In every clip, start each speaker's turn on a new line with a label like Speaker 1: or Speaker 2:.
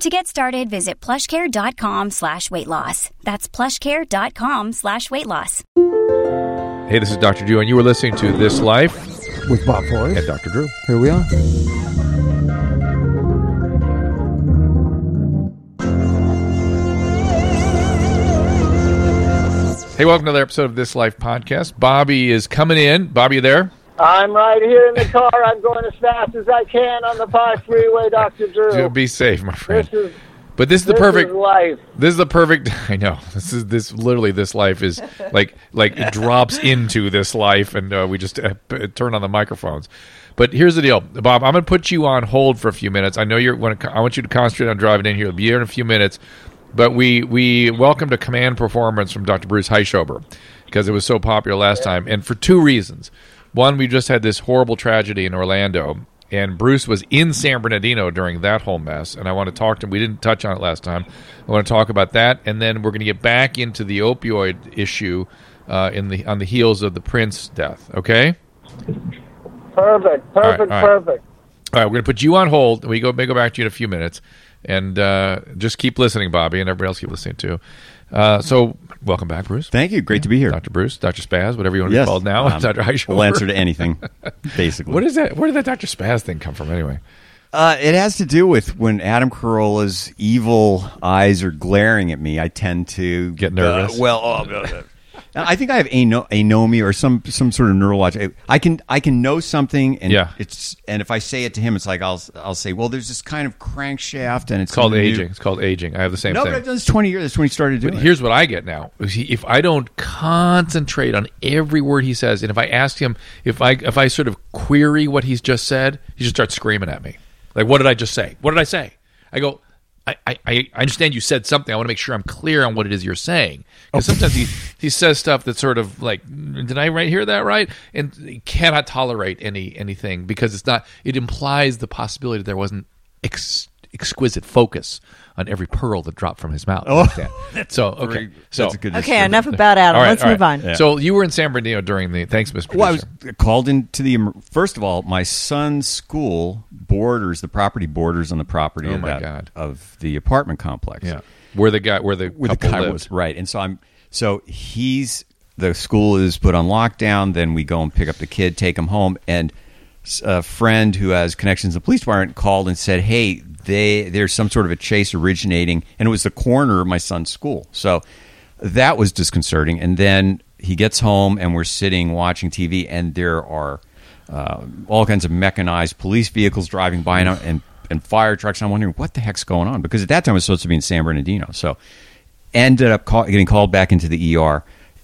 Speaker 1: To get started, visit plushcare.com slash weight loss. That's plushcare.com slash weight loss.
Speaker 2: Hey, this is Dr. Drew, and you are listening to This Life
Speaker 3: with Bob Forrest.
Speaker 2: and Dr. Drew.
Speaker 3: Here we are.
Speaker 2: Hey, welcome to another episode of This Life podcast. Bobby is coming in. Bobby, you there?
Speaker 4: I'm right here in the car. I'm going as fast as I can on the five freeway, Doctor
Speaker 2: Dude,
Speaker 4: Drew.
Speaker 2: Be safe, my friend.
Speaker 4: This is
Speaker 2: But this is the
Speaker 4: this
Speaker 2: perfect.
Speaker 4: is life.
Speaker 2: This is the perfect. I know. This is this literally. This life is like like it drops into this life, and uh, we just uh, p- turn on the microphones. But here's the deal, Bob. I'm going to put you on hold for a few minutes. I know you're. Wanna, I want you to concentrate on driving in here. You'll be here in a few minutes. But we we welcomed a command performance from Dr. Bruce Heischober because it was so popular last time, and for two reasons. One, we just had this horrible tragedy in Orlando, and Bruce was in San Bernardino during that whole mess. And I want to talk to him. We didn't touch on it last time. I want to talk about that, and then we're going to get back into the opioid issue uh, in the on the heels of the Prince death. Okay.
Speaker 4: Perfect, perfect,
Speaker 2: right, all right.
Speaker 4: perfect.
Speaker 2: All right, we're going to put you on hold. We go may go back to you in a few minutes, and uh, just keep listening, Bobby, and everybody else keep listening too. Uh, so, welcome back, Bruce.
Speaker 5: Thank you. Great to be here.
Speaker 2: Dr. Bruce, Dr. Spaz, whatever you want to
Speaker 5: Yes.
Speaker 2: be called now.
Speaker 5: Um,
Speaker 2: Dr. Heischover.
Speaker 5: We'll answer to anything, basically.
Speaker 2: What is that? Where did that Dr. Spaz thing come from anyway?
Speaker 5: Uh, it has to do with when Adam Carolla's evil eyes are glaring at me. I tend to
Speaker 2: Get nervous.
Speaker 5: Uh, well, oh, blah, blah. And I think I have ano- anomia or some some sort of neurologic. I can I can know something, and
Speaker 2: Yeah.
Speaker 5: it's and if I say it to him, it's like I'll I'll say, well, there's this kind of crankshaft, and it's
Speaker 2: It's called
Speaker 5: in the new-
Speaker 2: aging. It's called aging. I have the same
Speaker 5: No,
Speaker 2: thing.
Speaker 5: but I've done this twenty years. That's when he started doing.
Speaker 2: But
Speaker 5: it.
Speaker 2: here's what I get now: is he- if I don't concentrate on every word he says, and if I ask him, if I if I sort of query what he's just said, he just starts screaming at me. Like, what did I just say? What did I say? I go. I, I, I understand you said something. I want to make sure I'm clear on what it is you're saying. Because
Speaker 5: Oh.
Speaker 2: sometimes he, he says stuff that's sort of like, did I right hear that right? And he cannot tolerate any anything because it's not. It implies the possibility that there wasn't ex- exquisite focus on every pearl that dropped from his mouth. like that. so okay, so
Speaker 5: Oh, That's a good
Speaker 6: Okay, enough about Adam.
Speaker 2: all right,
Speaker 6: Let's
Speaker 2: all
Speaker 6: move
Speaker 2: right.
Speaker 6: on.
Speaker 2: So you were in San Bernardino during the thanks, Miss Producer.
Speaker 5: Well, I was called into the first of all, my son's school borders the property borders on the property
Speaker 2: Oh,
Speaker 5: of,
Speaker 2: my
Speaker 5: that-
Speaker 2: God.
Speaker 5: of the apartment complex.
Speaker 2: yeah, where the guy, where the
Speaker 5: where the
Speaker 2: couple
Speaker 5: guy
Speaker 2: lived.
Speaker 5: was right, and so I'm so he's the school is put on lockdown. Then we go and pick up the kid, take him home, and s- a friend who has connections in the police department called and said, "Hey, they there's some sort of a chase originating," and it was the corner of my son's school. So that was disconcerting. And then he gets home, and we're sitting watching TV, and there are uh, all kinds of mechanized police vehicles driving by and, and and fire trucks. I'm wondering what the heck's going on because at that time I was supposed to be in San Bernardino. So ended up call, getting called back into the ER.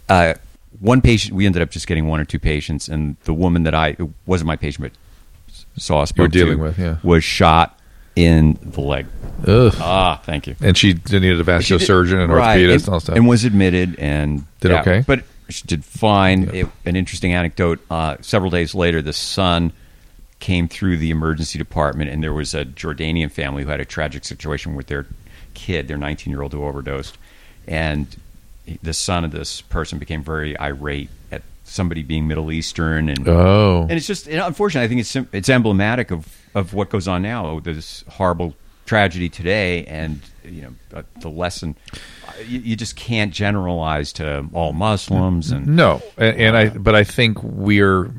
Speaker 5: Uh, one patient, we ended up just getting one or two patients, and the woman that I it wasn't my patient, but saw us
Speaker 2: You were dealing with, yeah.
Speaker 5: was shot in the leg.
Speaker 2: Ugh.
Speaker 5: Ah, thank you.
Speaker 2: and she needed a vascular
Speaker 5: She did-
Speaker 2: surgeon and
Speaker 5: right,
Speaker 2: orthopedist
Speaker 5: and,
Speaker 2: and, all that stuff.
Speaker 5: and was admitted and
Speaker 2: Did okay?
Speaker 5: but she did fine. It, an interesting anecdote. Uh, several days later, the son came through the emergency department, and there was a Jordanian family who had a tragic situation with their kid, their 19 year old who overdosed, and the son of this person became very irate at somebody being Middle Eastern and
Speaker 2: oh,
Speaker 5: and it's just you know, unfortunately, I think it's sim- it's emblematic of of what goes on now. This horrible tragedy today, and you know uh, the lesson. uh, You, you just can't generalize to all Muslims, and
Speaker 2: No, and, and I, but I think we're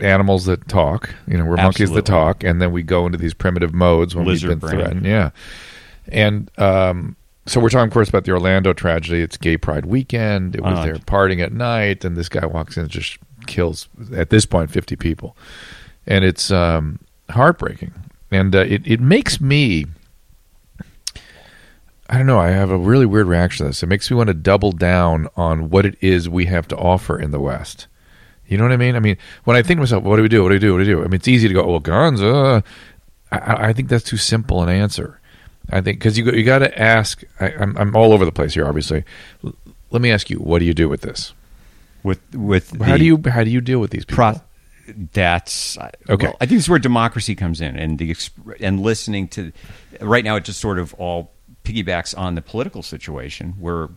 Speaker 2: animals that talk. You know, we're monkeys that
Speaker 5: Absolutely.
Speaker 2: talk, and then we go into these primitive modes when
Speaker 5: Lizard
Speaker 2: we've been
Speaker 5: brain.
Speaker 2: threatened. Yeah, and um, so we're talking, of course, about the Orlando tragedy. It's Gay Pride weekend. It was
Speaker 5: Uh,
Speaker 2: there partying at night, and this guy walks in and just kills at this point fifty people, and it's um, heartbreaking. And uh, it it makes me I don't know. I have a really weird reaction to this. It makes me want to double down on what it is we have to offer in the West. You know what I mean? I mean, when I think to myself, what do we do? What do we do? What do we do? I mean, it's easy to go, well, guns. Uh, I- I, I think that's too simple an answer. I think because you go, you got to ask. I, I'm I'm all over the place here, obviously. L- let me ask you, what do you do with this?
Speaker 5: with with
Speaker 2: Mm-hmm. How
Speaker 5: the
Speaker 2: do you how do you deal with these people?
Speaker 5: pro- that's
Speaker 2: Okay.
Speaker 5: well, I think it's where democracy comes in, and the exp- and listening to right now it just sort of all piggybacks on the political situation where,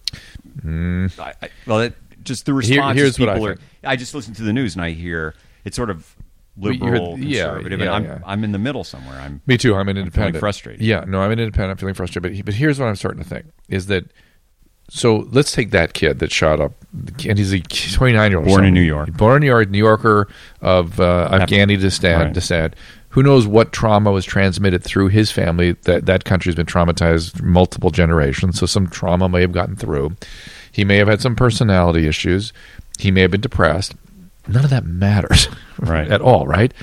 Speaker 5: I, I, well, it, just the response. is
Speaker 2: Mm. here's what I
Speaker 5: people
Speaker 2: think.
Speaker 5: are. I just listen to the news and I hear it's sort of
Speaker 2: you heard-
Speaker 5: liberal,
Speaker 2: yeah,
Speaker 5: conservative,
Speaker 2: yeah,
Speaker 5: and I'm
Speaker 2: yeah.
Speaker 5: I'm in the middle somewhere. I'm
Speaker 2: Me too. I'm an independent.
Speaker 5: frustrated.
Speaker 2: Yeah, no, I'm an independent. I'm feeling frustrated. But he- but here's what I'm starting to think is that. So let's take that kid that shot up, and he's a 29 year old,
Speaker 5: Born in New York.
Speaker 2: born in New York, New Yorker of uh, Afghani descent.
Speaker 5: Right.
Speaker 2: Descent. Who knows what trauma was transmitted through his family? That that country's been traumatized multiple generations, so some trauma may have gotten through. He may have had some personality issues. He may have been depressed. None of that matters,
Speaker 5: Right.
Speaker 2: at all, right?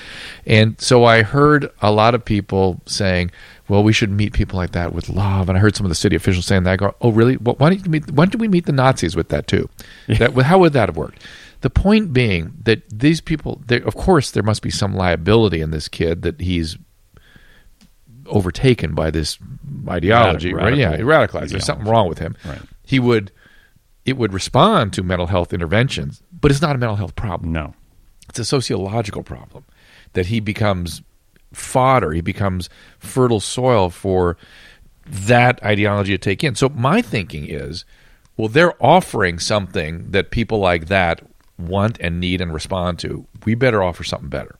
Speaker 2: And so I heard a lot of people saying, "Well, we should meet people like that with love." And I heard some of the city officials saying that. I go, "Oh, really? Well, why don't you meet? Why don't we meet the Nazis with that too? That how would that have worked?" The point being that these people, they, of course, there must be some liability in this kid that he's overtaken by this ideology,
Speaker 5: Radical-
Speaker 2: right? Yeah,
Speaker 5: radical
Speaker 2: radicalized. There's something wrong with him.
Speaker 5: Right.
Speaker 2: He would, it would respond to mental health interventions, but it's not a mental health problem
Speaker 5: no.
Speaker 2: it's a sociological problem that he becomes fodder he becomes fertile soil for that ideology to take in so my thinking is well they're offering something that people like that want and need and respond to we better offer something better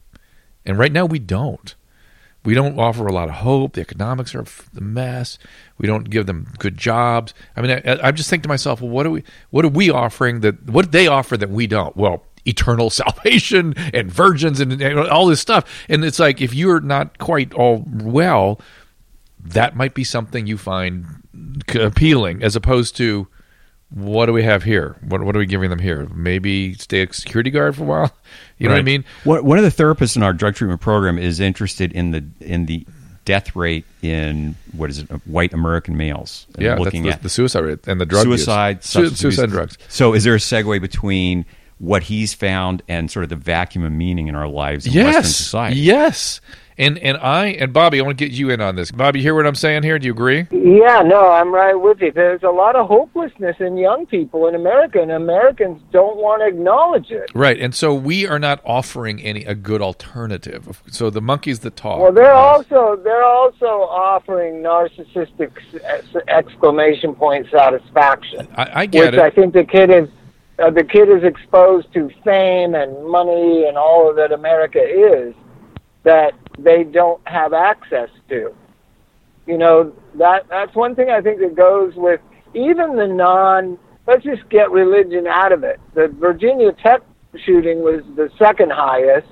Speaker 2: and right now we don't we don't offer a lot of hope. The economics are a mess. We don't give them good jobs. I mean, I, I just think to myself, well, what are we? What are we offering that? What do they offer that we don't? Well, eternal salvation and virgins and, and all this stuff. And it's like if you're not quite all well, that might be something you find c- appealing, as opposed to what do we have here? What what are we giving them here? Maybe stay a security guard for a while. You know what I
Speaker 5: Right.
Speaker 2: mean?
Speaker 5: One, one of the therapists in our drug treatment program is interested in the in the death rate in what is it white American males. And
Speaker 2: Yeah,
Speaker 5: looking
Speaker 2: that's the,
Speaker 5: at
Speaker 2: the suicide rate and the drug use.
Speaker 5: suicide,
Speaker 2: Sui-
Speaker 5: substance abuse.
Speaker 2: suicide drugs.
Speaker 5: So, is there a segue between what he's found and sort of the vacuum of meaning in our lives in Western
Speaker 2: Yes,
Speaker 5: society?
Speaker 2: yes. And and I and Bobby, I want to get you in on this. Bobby, you hear what I'm saying here? Do you agree?
Speaker 4: Yeah, no, I'm right with you. There's a lot of hopelessness in young people in America, and Americans don't want to acknowledge it.
Speaker 2: Right. And so we are not offering any a good alternative. So the monkeys that talk.
Speaker 4: Well, they're also they're also offering narcissistic s- exclamation point satisfaction,
Speaker 2: I, I
Speaker 4: which
Speaker 2: get
Speaker 4: I
Speaker 2: it.
Speaker 4: think the kid is uh, the kid is exposed to fame and money and all that America is that they don't have access to. You know that that's one thing I think that goes with even the non. Let's just get religion out of it. The Virginia Tech shooting was the second highest.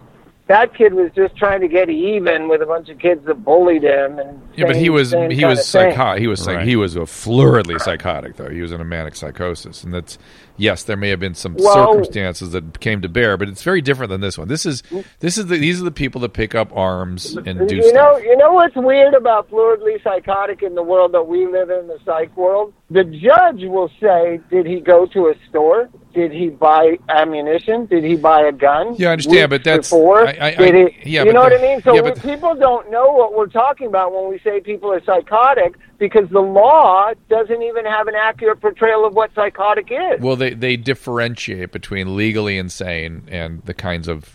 Speaker 4: That kid was just trying to get even with a bunch of kids that bullied him. And
Speaker 2: Yeah, but he
Speaker 4: same-
Speaker 2: was
Speaker 4: same
Speaker 2: he
Speaker 4: kinda
Speaker 2: was
Speaker 4: thing.
Speaker 2: psychotic. He was psych-
Speaker 5: Right.
Speaker 2: he was a floridly psychotic though. He was in a manic psychosis, and that's yes, there may have been some
Speaker 4: Well-
Speaker 2: circumstances that came to bear, but it's very different than this one. This is this is the, these are the people that pick up arms and do
Speaker 4: you
Speaker 2: stuff.
Speaker 4: know, you know what's weird about fluidly psychotic in the world that we live in, the psych world? The judge will say, "Did he go to a store? Did he buy ammunition? Did he buy a gun?"
Speaker 2: Yeah, I understand,
Speaker 4: Weeks
Speaker 2: but that's-
Speaker 4: before,
Speaker 2: I- I-
Speaker 4: did
Speaker 2: I-
Speaker 4: he?
Speaker 2: yeah,
Speaker 4: you
Speaker 2: but
Speaker 4: know
Speaker 2: the-
Speaker 4: what I mean. So
Speaker 2: yeah,
Speaker 4: we-
Speaker 2: but-
Speaker 4: people don't know what we're talking about when we say people are psychotic because the law doesn't even have an accurate portrayal of what psychotic is.
Speaker 2: Well, they they differentiate between legally insane and the kinds of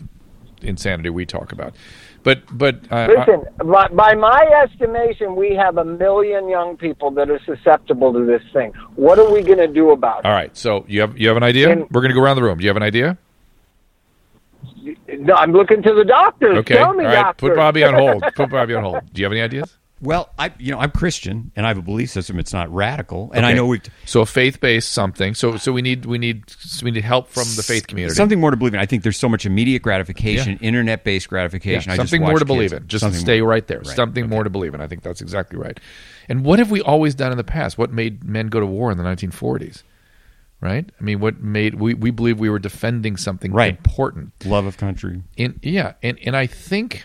Speaker 2: insanity we talk about. But but uh,
Speaker 4: Listen, by, by my estimation, we have a million young people that are susceptible to this thing. What are we going to do about it?
Speaker 2: all right. So you have you have an idea?
Speaker 4: And-
Speaker 2: We're gonna go around the room. Do you have an idea?
Speaker 4: No, I'm looking to the doctors.
Speaker 2: Okay.
Speaker 4: Tell me,
Speaker 2: all right.
Speaker 4: doctors.
Speaker 2: Put Bobby on hold. Put Bobby on hold. Do you have any ideas?
Speaker 5: Well, I you know I'm Christian and I have a belief system. It's not radical, and I
Speaker 2: Okay.
Speaker 5: know we
Speaker 2: So a faith based something. So so we need we need we need help from the faith community.
Speaker 5: something more to believe in. I think there's so much immediate gratification, internet based gratification.
Speaker 2: Yeah,
Speaker 5: I just
Speaker 2: something
Speaker 5: watch
Speaker 2: more to
Speaker 5: kids-
Speaker 2: believe in. Just
Speaker 5: something
Speaker 2: stay
Speaker 5: more-
Speaker 2: right there. Something more to believe in. I think that's exactly right. And what have we always done in the past? What made men go to war in the 1940s? Right? I mean, what made we, we believe we were defending something
Speaker 5: Right.
Speaker 2: important?
Speaker 5: love of country.
Speaker 2: And yeah, and and I think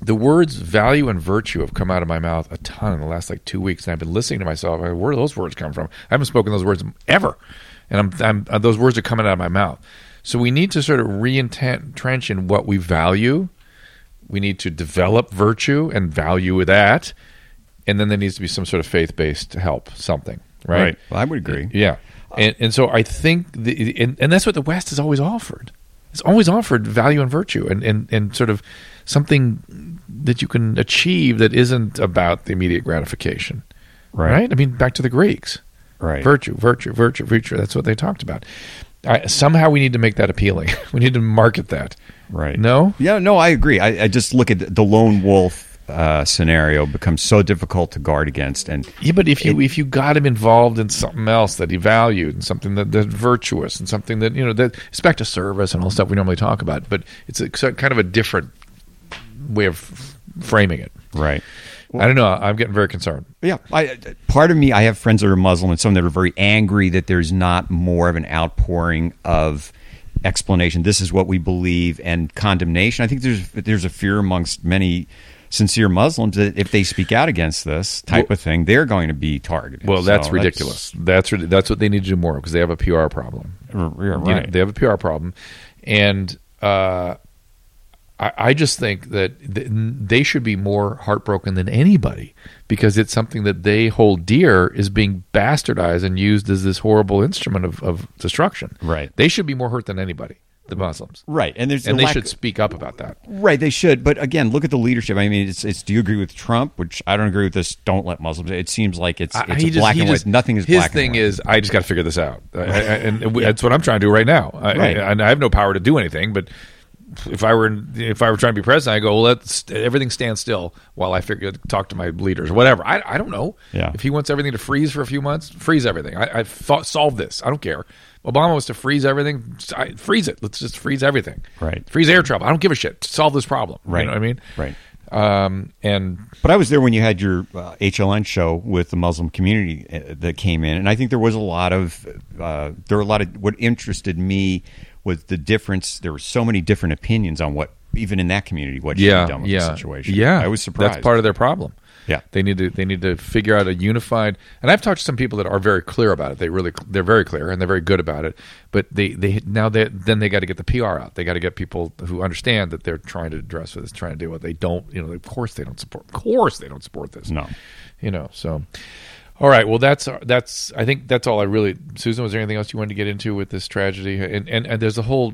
Speaker 2: the words value and virtue have come out of my mouth a ton in the last like two weeks, and I've been listening to myself. I go, Where do those words come from? I haven't spoken those words ever, and I'm, I'm those words are coming out of my mouth. So we need to sort of re-entrench in what we value. We need to develop virtue and value that, and then there needs to be some sort of faith-based help, something, right?
Speaker 5: Well, I would agree.
Speaker 2: Yeah. and and so I think the and, and that's what the West has always offered. It's always offered value and virtue and, and, and sort of something that you can achieve that isn't about the immediate gratification.
Speaker 5: Right.
Speaker 2: I mean, back to the Greeks.
Speaker 5: Right.
Speaker 2: Virtue, virtue, virtue, virtue. That's what they talked about. I, somehow we need to make that appealing. we need to market that.
Speaker 5: Right.
Speaker 2: No?
Speaker 5: Yeah, no, I agree. I, I just look at the- the lone wolf uh, scenario becomes so difficult to guard against, and
Speaker 2: Yeah, but if you if you got him involved in something else that he valued and something that that's virtuous and something that you know that it's back to service and all the stuff we normally talk about, but it's a, so- kind of a different way of f- framing it.
Speaker 5: right.
Speaker 2: I don't know. I'm getting very concerned.
Speaker 5: Yeah, I, I- part of me, I have friends that are Muslim, and some that are very angry that there's not more of an outpouring of explanation. This is what we believe, and condemnation. I think there's there's a fear amongst many sincere Muslims that if they speak out against this type of thing, they're going to be targeted.
Speaker 2: Well,
Speaker 5: So
Speaker 2: that's ridiculous. That's rid- that's what they need to do more because they have a PR problem.
Speaker 5: R- yeah,
Speaker 2: You know,
Speaker 5: right.
Speaker 2: they have a PR problem, and uh, I, I just think that th- they should be more heartbroken than anybody because it's something that they hold dear is being bastardized and used as this horrible instrument of, of destruction.
Speaker 5: Right.
Speaker 2: They should be more hurt than anybody, the Muslims,
Speaker 5: Right, and there's a
Speaker 2: and they
Speaker 5: lack-
Speaker 2: should speak up about that.
Speaker 5: Right, they should. But again, look at the leadership. I mean, it's it's. Do you agree with Trump? Which I don't agree with. This don't let Muslims. It seems like it's
Speaker 2: I-
Speaker 5: it's
Speaker 2: he
Speaker 5: a
Speaker 2: just-
Speaker 5: black
Speaker 2: he
Speaker 5: and white.
Speaker 2: just-
Speaker 5: Nothing is
Speaker 2: his
Speaker 5: black.
Speaker 2: thing
Speaker 5: and white.
Speaker 2: is I just got to figure this out, I, I, and w that's what I'm trying to do right now. I,
Speaker 5: Right.
Speaker 2: I, and I have no power to do anything, but if I were in, if I were trying to be president, I go well, let st- everything stand still while I figure talk to my leaders, or whatever. I, I don't know.
Speaker 5: Yeah.
Speaker 2: If he wants everything to freeze for a few months, freeze everything. I, I fo- solve this. I don't care. Obama was to freeze everything. s- I, freeze it. Let's just freeze everything.
Speaker 5: Right.
Speaker 2: Freeze air travel. I don't give a shit. Solve this problem.
Speaker 5: Right.
Speaker 2: You know what I mean?
Speaker 5: Right.
Speaker 2: Um, and
Speaker 5: But I was there when you had your uh, HLN show with the Muslim community uh, that came in, and I think there was a lot of uh, there were a lot of what interested me was the difference. There were so many different opinions on what even in that community what should
Speaker 2: yeah,
Speaker 5: be done with
Speaker 2: yeah,
Speaker 5: the situation.
Speaker 2: Yeah,
Speaker 5: I was surprised.
Speaker 2: That's part of their problem.
Speaker 5: Yeah.
Speaker 2: they need to they need to figure out a unified. And I've talked to some people that are very clear about it. They really they're very clear and they're very good about it. But they they now they then they got to get the PR out. They got to get people who understand that they're trying to address this, trying to do what they don't. You know, of course they don't support. Of course they don't support this.
Speaker 5: No.
Speaker 2: you know. So, all right. Well, that's that's. I think that's all I really. Susan, was there anything else you wanted to get into with this tragedy? And and, and there's the whole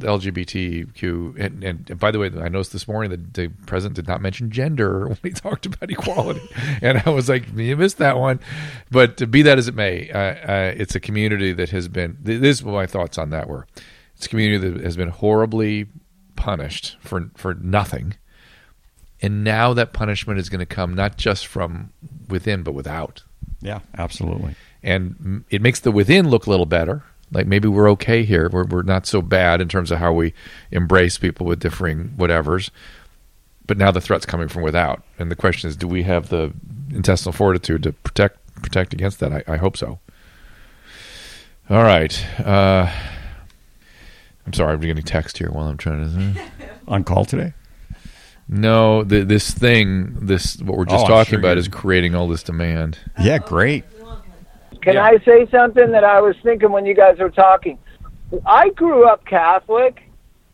Speaker 2: LGBTQ. And, and and by the way, I noticed this morning that the president did not mention gender when he talked about equality, and I was like, you missed that one. But to be that as it may, uh, uh, it's a community that has been. th- This is what my thoughts on that were. It's a community that has been horribly punished for for nothing. And now that punishment is going to come not just from within, but without.
Speaker 5: yeah, absolutely.
Speaker 2: And m- it makes the within look a little better. Like maybe we're okay here. We're, we're not so bad in terms of how we embrace people with differing whatevers. But now the threat's coming from without. And the question is do we have the intestinal fortitude to protect protect against that? I, I hope so. All right. Uh, I'm sorry, I'm getting text here while I'm trying to.
Speaker 5: On call today.
Speaker 2: No, th- this thing, this what we're just
Speaker 5: Oh, I'm
Speaker 2: talking
Speaker 5: sure
Speaker 2: about,
Speaker 5: you-
Speaker 2: is creating all this demand.
Speaker 5: Yeah, great.
Speaker 4: Can
Speaker 2: Yeah.
Speaker 4: I say something that I was thinking when you guys were talking? I grew up Catholic,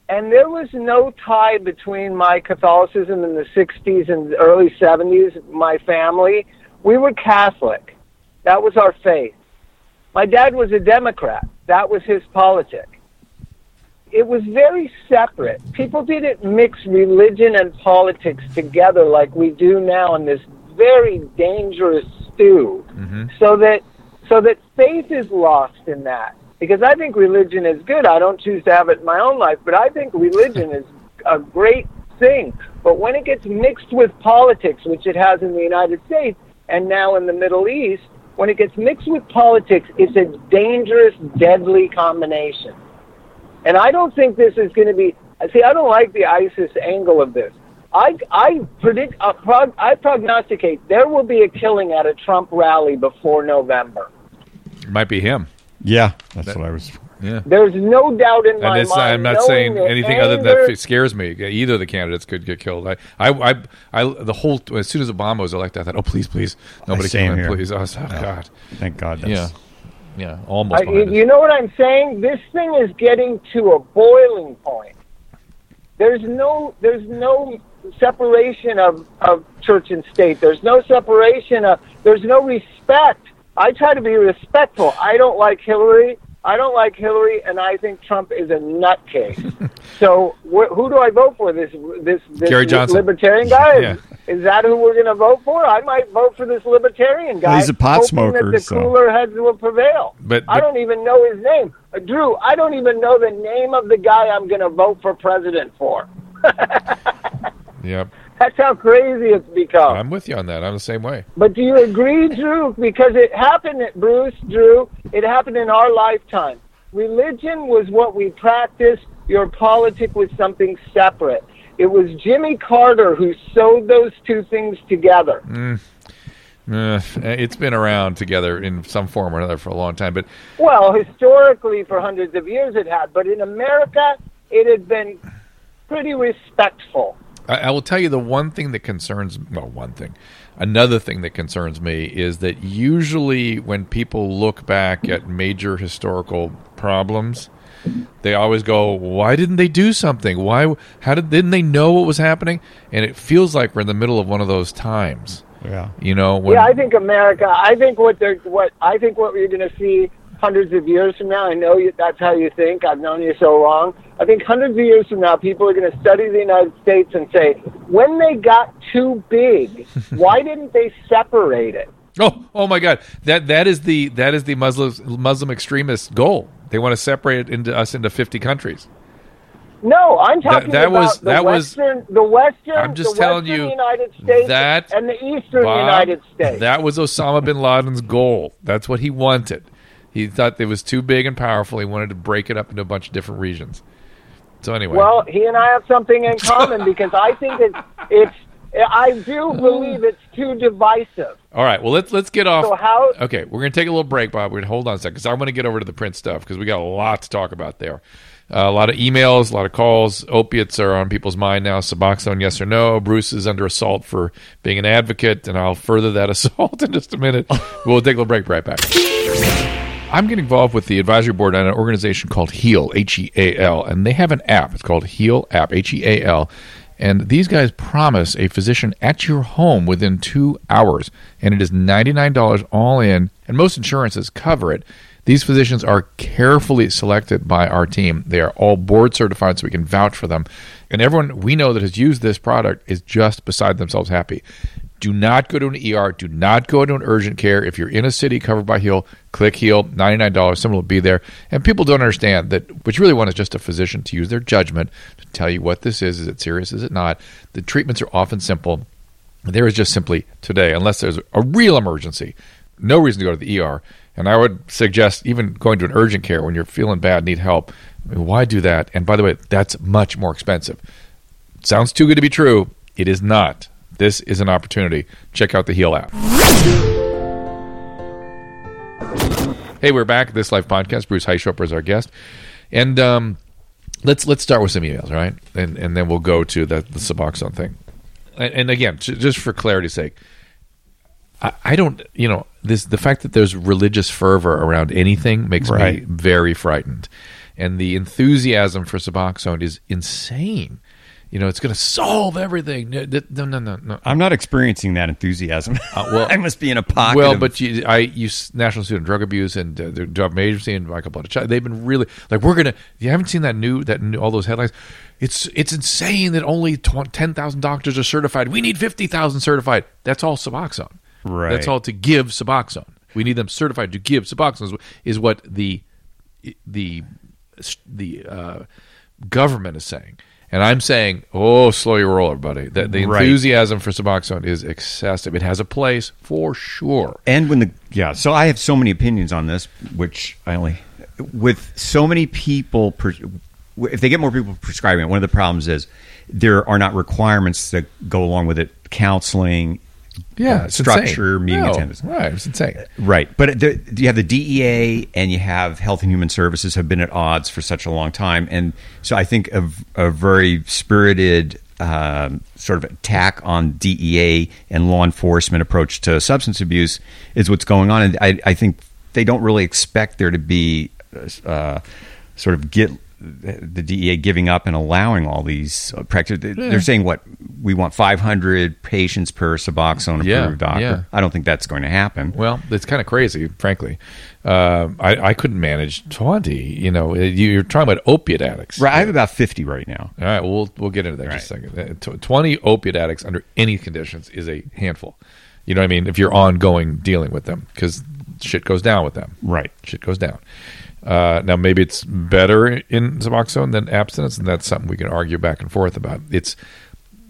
Speaker 4: and there was no tie between my Catholicism in the 60s and early 70s, my family. We were Catholic. That was our faith. My dad was a Democrat. That was his politic. It was very separate. People didn't mix religion and politics together like we do now in this very dangerous stew. So that so that faith is lost in that. Because I think religion is good. I don't choose to have it in my own life, but I think religion is a great thing. But when it gets mixed with politics, which it has in the United States and now in the Middle East, when it gets mixed with politics, it's a dangerous, deadly combination. And I don't think this is going to be. See, I don't like the ISIS angle of this. I, I predict, uh, prog, I prognosticate there will be a killing at a Trump rally before November.
Speaker 2: It might be him.
Speaker 5: Yeah, that's what I was.
Speaker 2: Yeah.
Speaker 4: There's no doubt in my
Speaker 2: And it's,
Speaker 4: mind.
Speaker 2: I'm not
Speaker 4: knowing
Speaker 2: saying
Speaker 4: the
Speaker 2: anything other than that
Speaker 4: anger-
Speaker 2: f- scares me. Either of the candidates could get killed. I, I, I, I the whole as soon as Obama was elected, I thought, oh please, please, nobody
Speaker 5: Same
Speaker 2: come in,
Speaker 5: here.
Speaker 2: please. I was, oh God,
Speaker 5: Thank God. That's,
Speaker 2: yeah, yeah, almost.
Speaker 4: I,
Speaker 2: behind
Speaker 4: you,
Speaker 2: us.
Speaker 4: you know what I'm saying? This thing is getting to a boiling point. There's no there's no separation of, of church and state. There's no separation of there's no respect. I try to be respectful. I don't like Hillary. I don't like Hillary, and I think Trump is a nutcase. so wh- who do I vote for? This this, this
Speaker 2: Gary Johnson.
Speaker 4: libertarian guy?
Speaker 2: Yeah.
Speaker 4: Is that who we're going to vote for? I might vote for this libertarian guy.
Speaker 5: Well, he's a pot
Speaker 4: hoping
Speaker 5: smoker,
Speaker 4: That the
Speaker 5: so-
Speaker 4: cooler heads will prevail.
Speaker 2: But-
Speaker 4: I
Speaker 2: but-
Speaker 4: don't even know his name, Uh, Drew. I don't even know the name of the guy I'm going to vote for president for.
Speaker 2: Yep.
Speaker 4: That's how crazy it's become.
Speaker 2: I'm with you on that. I'm the same way.
Speaker 4: But do you agree, Drew? Because it happened, Bruce, Drew, it happened in our lifetime. Religion was what we practiced. Your politic was something separate. It was Jimmy Carter who sewed those two things together.
Speaker 2: Eh, it's been around together in some form or another for a long time, but
Speaker 4: Well, historically, for hundreds of years it had, but in America, it had been pretty respectful.
Speaker 2: I, I will tell you the one thing that concerns well, one thing. Another thing that concerns me is that usually when people look back at major historical problems, they always go, "Why didn't they do something? Why? How did didn't they know what was happening?" And it feels like we're in the middle of one of those times.
Speaker 5: Yeah.
Speaker 2: You know, when,
Speaker 4: yeah, I think America. I think what they're what I think what we're going to see hundreds of years from now. I know you, that's how you think. I've known you so long. I think hundreds of years from now, people are going to study the United States and say, when they got too big, why didn't they separate it?
Speaker 2: Oh, oh my God! That that is the that is the Muslim Muslim extremist goal. They want to separate it into us into fifty countries.
Speaker 4: No, I'm talking
Speaker 2: that
Speaker 4: about
Speaker 2: was-
Speaker 4: the
Speaker 2: that was-
Speaker 4: western, the western,
Speaker 2: I'm just
Speaker 4: the
Speaker 2: telling
Speaker 4: western
Speaker 2: you
Speaker 4: United States
Speaker 2: that,
Speaker 4: and the eastern
Speaker 2: Bob,
Speaker 4: United States.
Speaker 2: That was Osama bin Laden's goal. That's what he wanted. He thought it was too big and powerful. He wanted to break it up into a bunch of different regions. So anyway,
Speaker 4: Well, he and I have something in common because I think it's, it's I do
Speaker 2: Hmm.
Speaker 4: believe it's too divisive.
Speaker 2: all right. Well, let's let's get off.
Speaker 4: So how-
Speaker 2: Okay, we're gonna take a little break, Bob. We're gonna hold on a second because I'm gonna get over to the print stuff because we got a lot to talk about there. Uh, a lot of emails, a lot of calls. Opiates are on people's mind now. Suboxone, yes or no? Bruce is under assault for being an advocate, and I'll further that assault in just a minute. we'll take a little break. Be Right back. I'm getting involved with the advisory board on an organization called Heal, H E A L, and they have an app. It's called Heal App, H E A L. And these guys promise a physician at your home within two hours, and it is $99 all in, and most insurances cover it. These physicians are carefully selected by our team. They are all board certified, so we can vouch for them. And everyone we know that has used this product is just beside themselves happy. Do not go to an ER. Do not go to an urgent care. If you're in a city covered by Heal, click Heal. Ninety-nine dollars. Someone will be there. And people don't understand that what you really want is just a physician to use their judgment to tell you what this is. Is it serious? Is it not? The treatments are often simple. There is just simply today, unless there's a real emergency, no reason to go to the ER. And I would suggest even going to an urgent care when you're feeling bad, need help. I mean, why do that? And by the way, that's much more expensive. Sounds too good to be true. It is not. This is an opportunity. Check out the Heal app. Hey, we're back. This Life Podcast. Bruce Heischoper is our guest, and um, let's let's start with some emails, all right? And and then we'll go to the, the Suboxone thing. And, and again, j- just for clarity's sake, I, I don't. You know, this the fact that there's religious fervor around anything makes me
Speaker 5: Right.
Speaker 2: very frightened, and the enthusiasm for Suboxone is insane. You know, it's going to solve everything. No, th- no, no, no. no.
Speaker 5: I'm not experiencing that enthusiasm.
Speaker 2: Uh, well-
Speaker 5: I must be in a pocket.
Speaker 2: Well,
Speaker 5: of-
Speaker 2: but you, I, you, National Student Drug Abuse and uh, the Drug Agency and Michael Blood, they've been really like we're gonna. You haven't seen that new that new, all those headlines. It's it's insane that only tw- ten thousand doctors are certified. We need fifty thousand certified. That's all Suboxone.
Speaker 5: Right.
Speaker 2: That's all to give Suboxone. We need them certified to give Suboxone. is wh- Is what the the the uh, government is saying. And I'm saying, oh, slow your roll, everybody. That the
Speaker 5: Right.
Speaker 2: enthusiasm for Suboxone is excessive. It has a place for sure.
Speaker 5: and when the yeah, so I have so many opinions on this, which I only with so many people. pres- If they get more people prescribing it, one of the problems is there are not requirements that go along with it: counseling,
Speaker 2: yeah,
Speaker 5: uh,
Speaker 2: it's
Speaker 5: structure,
Speaker 2: insane.
Speaker 5: meeting
Speaker 2: No,
Speaker 5: attendance.
Speaker 2: Right, it's insane.
Speaker 5: Right, but the, you have the DEA and you have Health and Human Services have been at odds for such a long time, and so I think a, a very spirited um, sort of attack on DEA and law enforcement approach to substance abuse is what's going on, and I, I think they don't really expect there to be uh, E
Speaker 2: Hmm.
Speaker 5: sort of get the DEA giving up and allowing all these uh, practices. They're saying what we want 500 patients per Suboxone approved
Speaker 2: Yeah,
Speaker 5: doctor.
Speaker 2: yeah.
Speaker 5: I don't think that's going to happen.
Speaker 2: Well, it's kind of crazy, frankly. Uh, I, I couldn't manage 20. You know, you're talking about opiate addicts.
Speaker 5: Right, I have about 50 right now.
Speaker 2: All right, we'll we'll get into that in just a second. Uh, tw- Twenty opiate addicts under any conditions is a handful. You know what I mean? If you're ongoing dealing with them, because shit goes down with them.
Speaker 5: Right.
Speaker 2: Shit goes down. Uh, now maybe it's better in Suboxone than abstinence, and that's something we can argue back and forth about. It's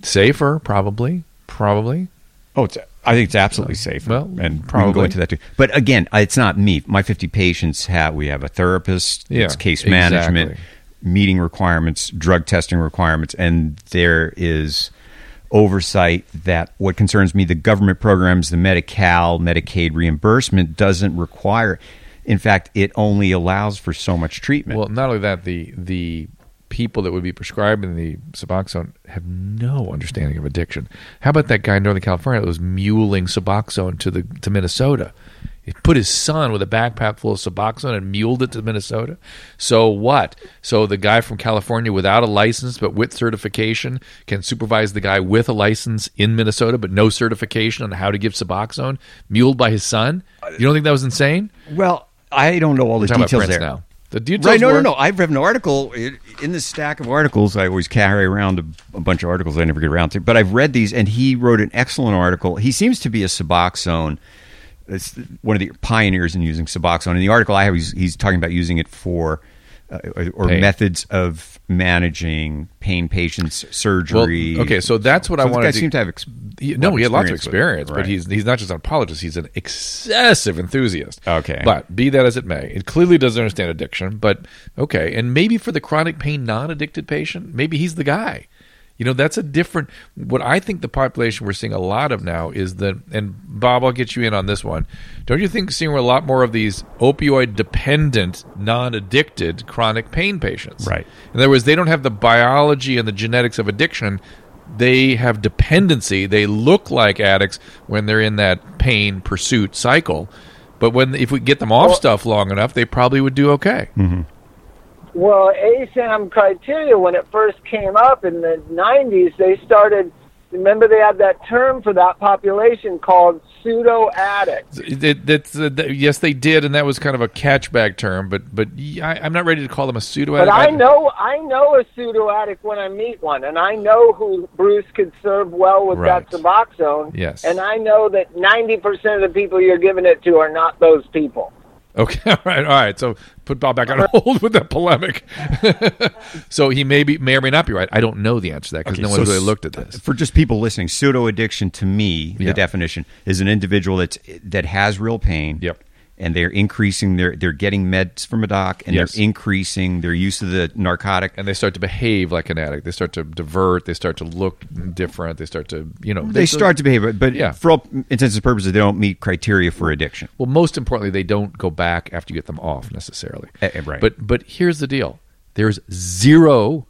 Speaker 2: safer, probably, probably.
Speaker 5: Oh, it's, I think it's absolutely safe.
Speaker 2: well,
Speaker 5: and we can go
Speaker 2: probably.
Speaker 5: into that too. But again, I- it's not me. My 50 patients have. We have a therapist.
Speaker 2: Yeah,
Speaker 5: it's case
Speaker 2: exactly.
Speaker 5: management, meeting requirements, drug testing requirements, and there is oversight that what concerns me, the government programs, the Medi-Cal, Medicaid reimbursement doesn't require. In fact, it only allows for so much treatment.
Speaker 2: Well, not only that, the the people that would be prescribing the Suboxone have no understanding of addiction. How about that guy in Northern California that was muling Suboxone to the to Minnesota? He put his son with a backpack full of Suboxone and muled it to Minnesota. So what? So the guy from California without a license but with certification can supervise the guy with a license in Minnesota but no certification on how to give Suboxone, muled by his son. You don't think that was insane?
Speaker 5: Well, I don't know all the
Speaker 2: Talking about
Speaker 5: details
Speaker 2: Prince
Speaker 5: there.
Speaker 2: now. The details
Speaker 5: Right? No,
Speaker 2: were-
Speaker 5: no, no. I've read an article in in the stack of articles I always carry around a, a bunch of articles I never get around to. But I've read these, and he wrote an excellent article. He seems to be a Suboxone. It's one of the pioneers in using Suboxone. In the article I have, he's, he's talking about using it for uh, or
Speaker 2: Pain.
Speaker 5: methods of managing pain patients, surgery.
Speaker 2: okay, so that's what I
Speaker 5: this
Speaker 2: wanted
Speaker 5: Guy
Speaker 2: to-
Speaker 5: seemed to have ex-
Speaker 2: He- no, he had lots of
Speaker 5: with it,
Speaker 2: experience, but
Speaker 5: right.
Speaker 2: he's he's not just an apologist; he's an excessive enthusiast.
Speaker 5: Okay.
Speaker 2: but be that as it may, it clearly doesn't understand addiction. But okay, and maybe for the chronic pain non-addicted patient, maybe he's the guy. You know, that's a different. What I think the population we're seeing a lot of now is that, and Bob, I'll get you in on this one. Don't you think seeing a lot more of these opioid-dependent, non-addicted chronic pain patients?
Speaker 5: Right.
Speaker 2: In other words, they don't have the biology and the genetics of addiction. They have dependency. They look like addicts when they're in that pain pursuit cycle. But when if we get them off stuff long enough, they probably would do okay.
Speaker 5: Hmm.
Speaker 4: Well, ASAM criteria, when it first came up in the 90s, they started, remember they had that term for that population called pseudo addicts.
Speaker 2: That- that's, uh, that- yes, they did, and that was kind of a catchback term. But but y- I, am not ready to call them a pseudo
Speaker 4: But
Speaker 2: addict.
Speaker 4: I know I know a pseudo addict when I meet one, and I know who Bruce could serve well with
Speaker 2: Right.
Speaker 4: that Suboxone.
Speaker 2: Yes.
Speaker 4: And I know that 90% of the people you're giving it to are not those people.
Speaker 2: Okay, all right, all right. So put Bob back on hold with that polemic. so he may be may or may not be right. I don't know the answer to that because
Speaker 5: Okay,
Speaker 2: no one's
Speaker 5: so
Speaker 2: really
Speaker 5: s-
Speaker 2: looked at this.
Speaker 5: for just people listening, pseudo addiction to me,
Speaker 2: Yeah.
Speaker 5: the definition is an individual that's that has real pain.
Speaker 2: Yep.
Speaker 5: And they're increasing their they're getting meds from a doc, and
Speaker 2: Yes.
Speaker 5: they're increasing their use of the narcotic.
Speaker 2: and they start to behave like an addict. They start to divert. They start to look different. They start to, you know,
Speaker 5: They start to behave, but- but
Speaker 2: Yeah.
Speaker 5: for all intents and purposes, they don't meet criteria for addiction.
Speaker 2: Well, most importantly, they don't go back after you get them off necessarily.
Speaker 5: Eh, eh, right.
Speaker 2: But but here's the deal: there's zero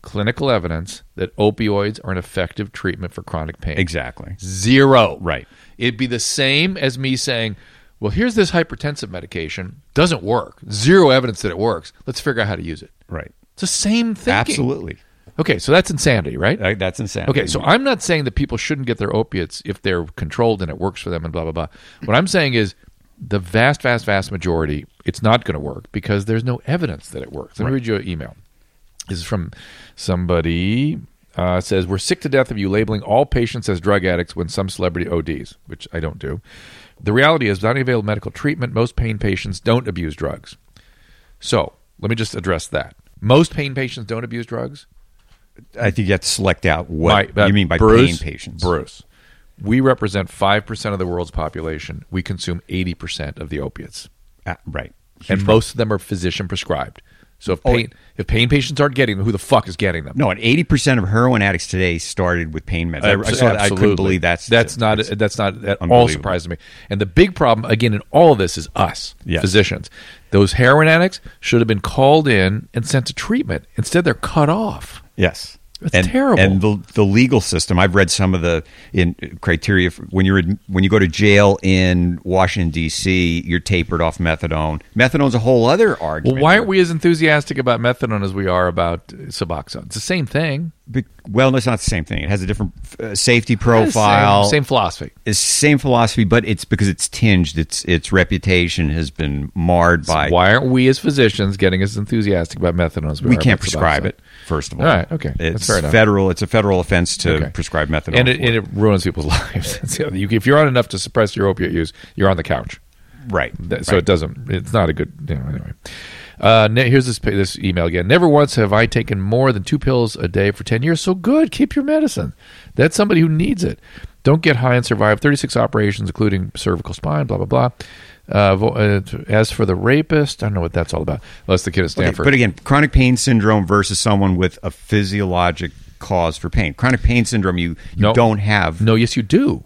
Speaker 2: clinical evidence that opioids are an effective treatment for chronic pain.
Speaker 5: Exactly.
Speaker 2: Zero.
Speaker 5: Right.
Speaker 2: It'd be the same as me saying, "Well, here's this hypertensive medication. Doesn't work. Zero evidence that it works. Let's figure out how to use it."
Speaker 5: Right.
Speaker 2: It's the same thing.
Speaker 5: Absolutely.
Speaker 2: Okay, so that's insanity, right?
Speaker 5: Uh, That's insane.
Speaker 2: Okay, so I'm not saying that people shouldn't get their opiates if they're controlled and it works for them and blah blah blah. What I'm saying is the vast, vast, vast majority, it's not going to work because there's no evidence that it works. Let me read you an email. This is from somebody. Uh, it says we're sick to death of you labeling all patients as drug addicts when some celebrity ODs, which I don't do. The reality is, without any available medical treatment, most pain patients don't abuse drugs. So let me just address that. Most pain patients don't abuse drugs.
Speaker 5: I think you have to select out what
Speaker 2: My- uh,
Speaker 5: you mean by
Speaker 2: Bruce,
Speaker 5: pain patients.
Speaker 2: Bruce, we represent 5% of the world's population. We consume 80% of the opiates.
Speaker 5: Uh, right.
Speaker 2: and most of them are physician prescribed. So if pain, if pain patients aren't getting them, who the fuck is getting them?
Speaker 5: Oh, No, and eighty percent of heroin addicts today started with pain meds. I- I,
Speaker 2: Abso-
Speaker 5: saw that. I couldn't
Speaker 2: absolutely.
Speaker 5: believe that's
Speaker 2: that's not that's not at all
Speaker 5: unbelievable.
Speaker 2: surprising to me. And the big problem again in all of this is us
Speaker 5: Yes.
Speaker 2: physicians. Those heroin addicts should have been called in and sent to treatment. Instead, they're cut off.
Speaker 5: Yes.
Speaker 2: That's
Speaker 5: and,
Speaker 2: terrible.
Speaker 5: And the, the legal system. I've read some of the in criteria for, when you're in, when you go to jail in Washington D.C. You're tapered off methadone. Methadone's a whole other
Speaker 2: Well,
Speaker 5: argument.
Speaker 2: why aren't we as enthusiastic about methadone as we are about uh, Suboxone? It's the same thing.
Speaker 5: be- wellness is not the same thing. It has a different uh, safety profile.
Speaker 2: Same, same philosophy.
Speaker 5: It's same philosophy, but it's because it's tinged. Its its reputation has been marred by.
Speaker 2: Why aren't we as physicians getting as enthusiastic about methadone as we,
Speaker 5: we
Speaker 2: are
Speaker 5: can't
Speaker 2: about
Speaker 5: prescribe
Speaker 2: Suboxone?
Speaker 5: it. First of all,
Speaker 2: All right, okay. That's
Speaker 5: It's
Speaker 2: fair enough.
Speaker 5: federal. It's a federal offense to
Speaker 2: Okay.
Speaker 5: prescribe methadone.
Speaker 2: and it,
Speaker 5: for.
Speaker 2: and it ruins people's lives. That's the other- you- if you're on enough to suppress your opiate use, you're on the couch.
Speaker 5: right.
Speaker 2: That- So
Speaker 5: right.
Speaker 2: it doesn't. It's not a good. You know, anyway, uh, ne- here's this pa- this email again. Never once have I taken more than two pills a day for ten years. So good. Keep your medicine. That's somebody who needs it. Don't get high and survive 36 operations, including cervical spine. Blah blah blah. Uh, vo- uh, t- as for the rapist, I don't know what that's all about. Unless the kid at
Speaker 5: Okay,
Speaker 2: Stanford.
Speaker 5: but again, chronic pain syndrome versus someone with a physiologic cause for pain. Chronic pain syndrome, you, you
Speaker 2: No.
Speaker 5: don't have.
Speaker 2: No, yes, you do.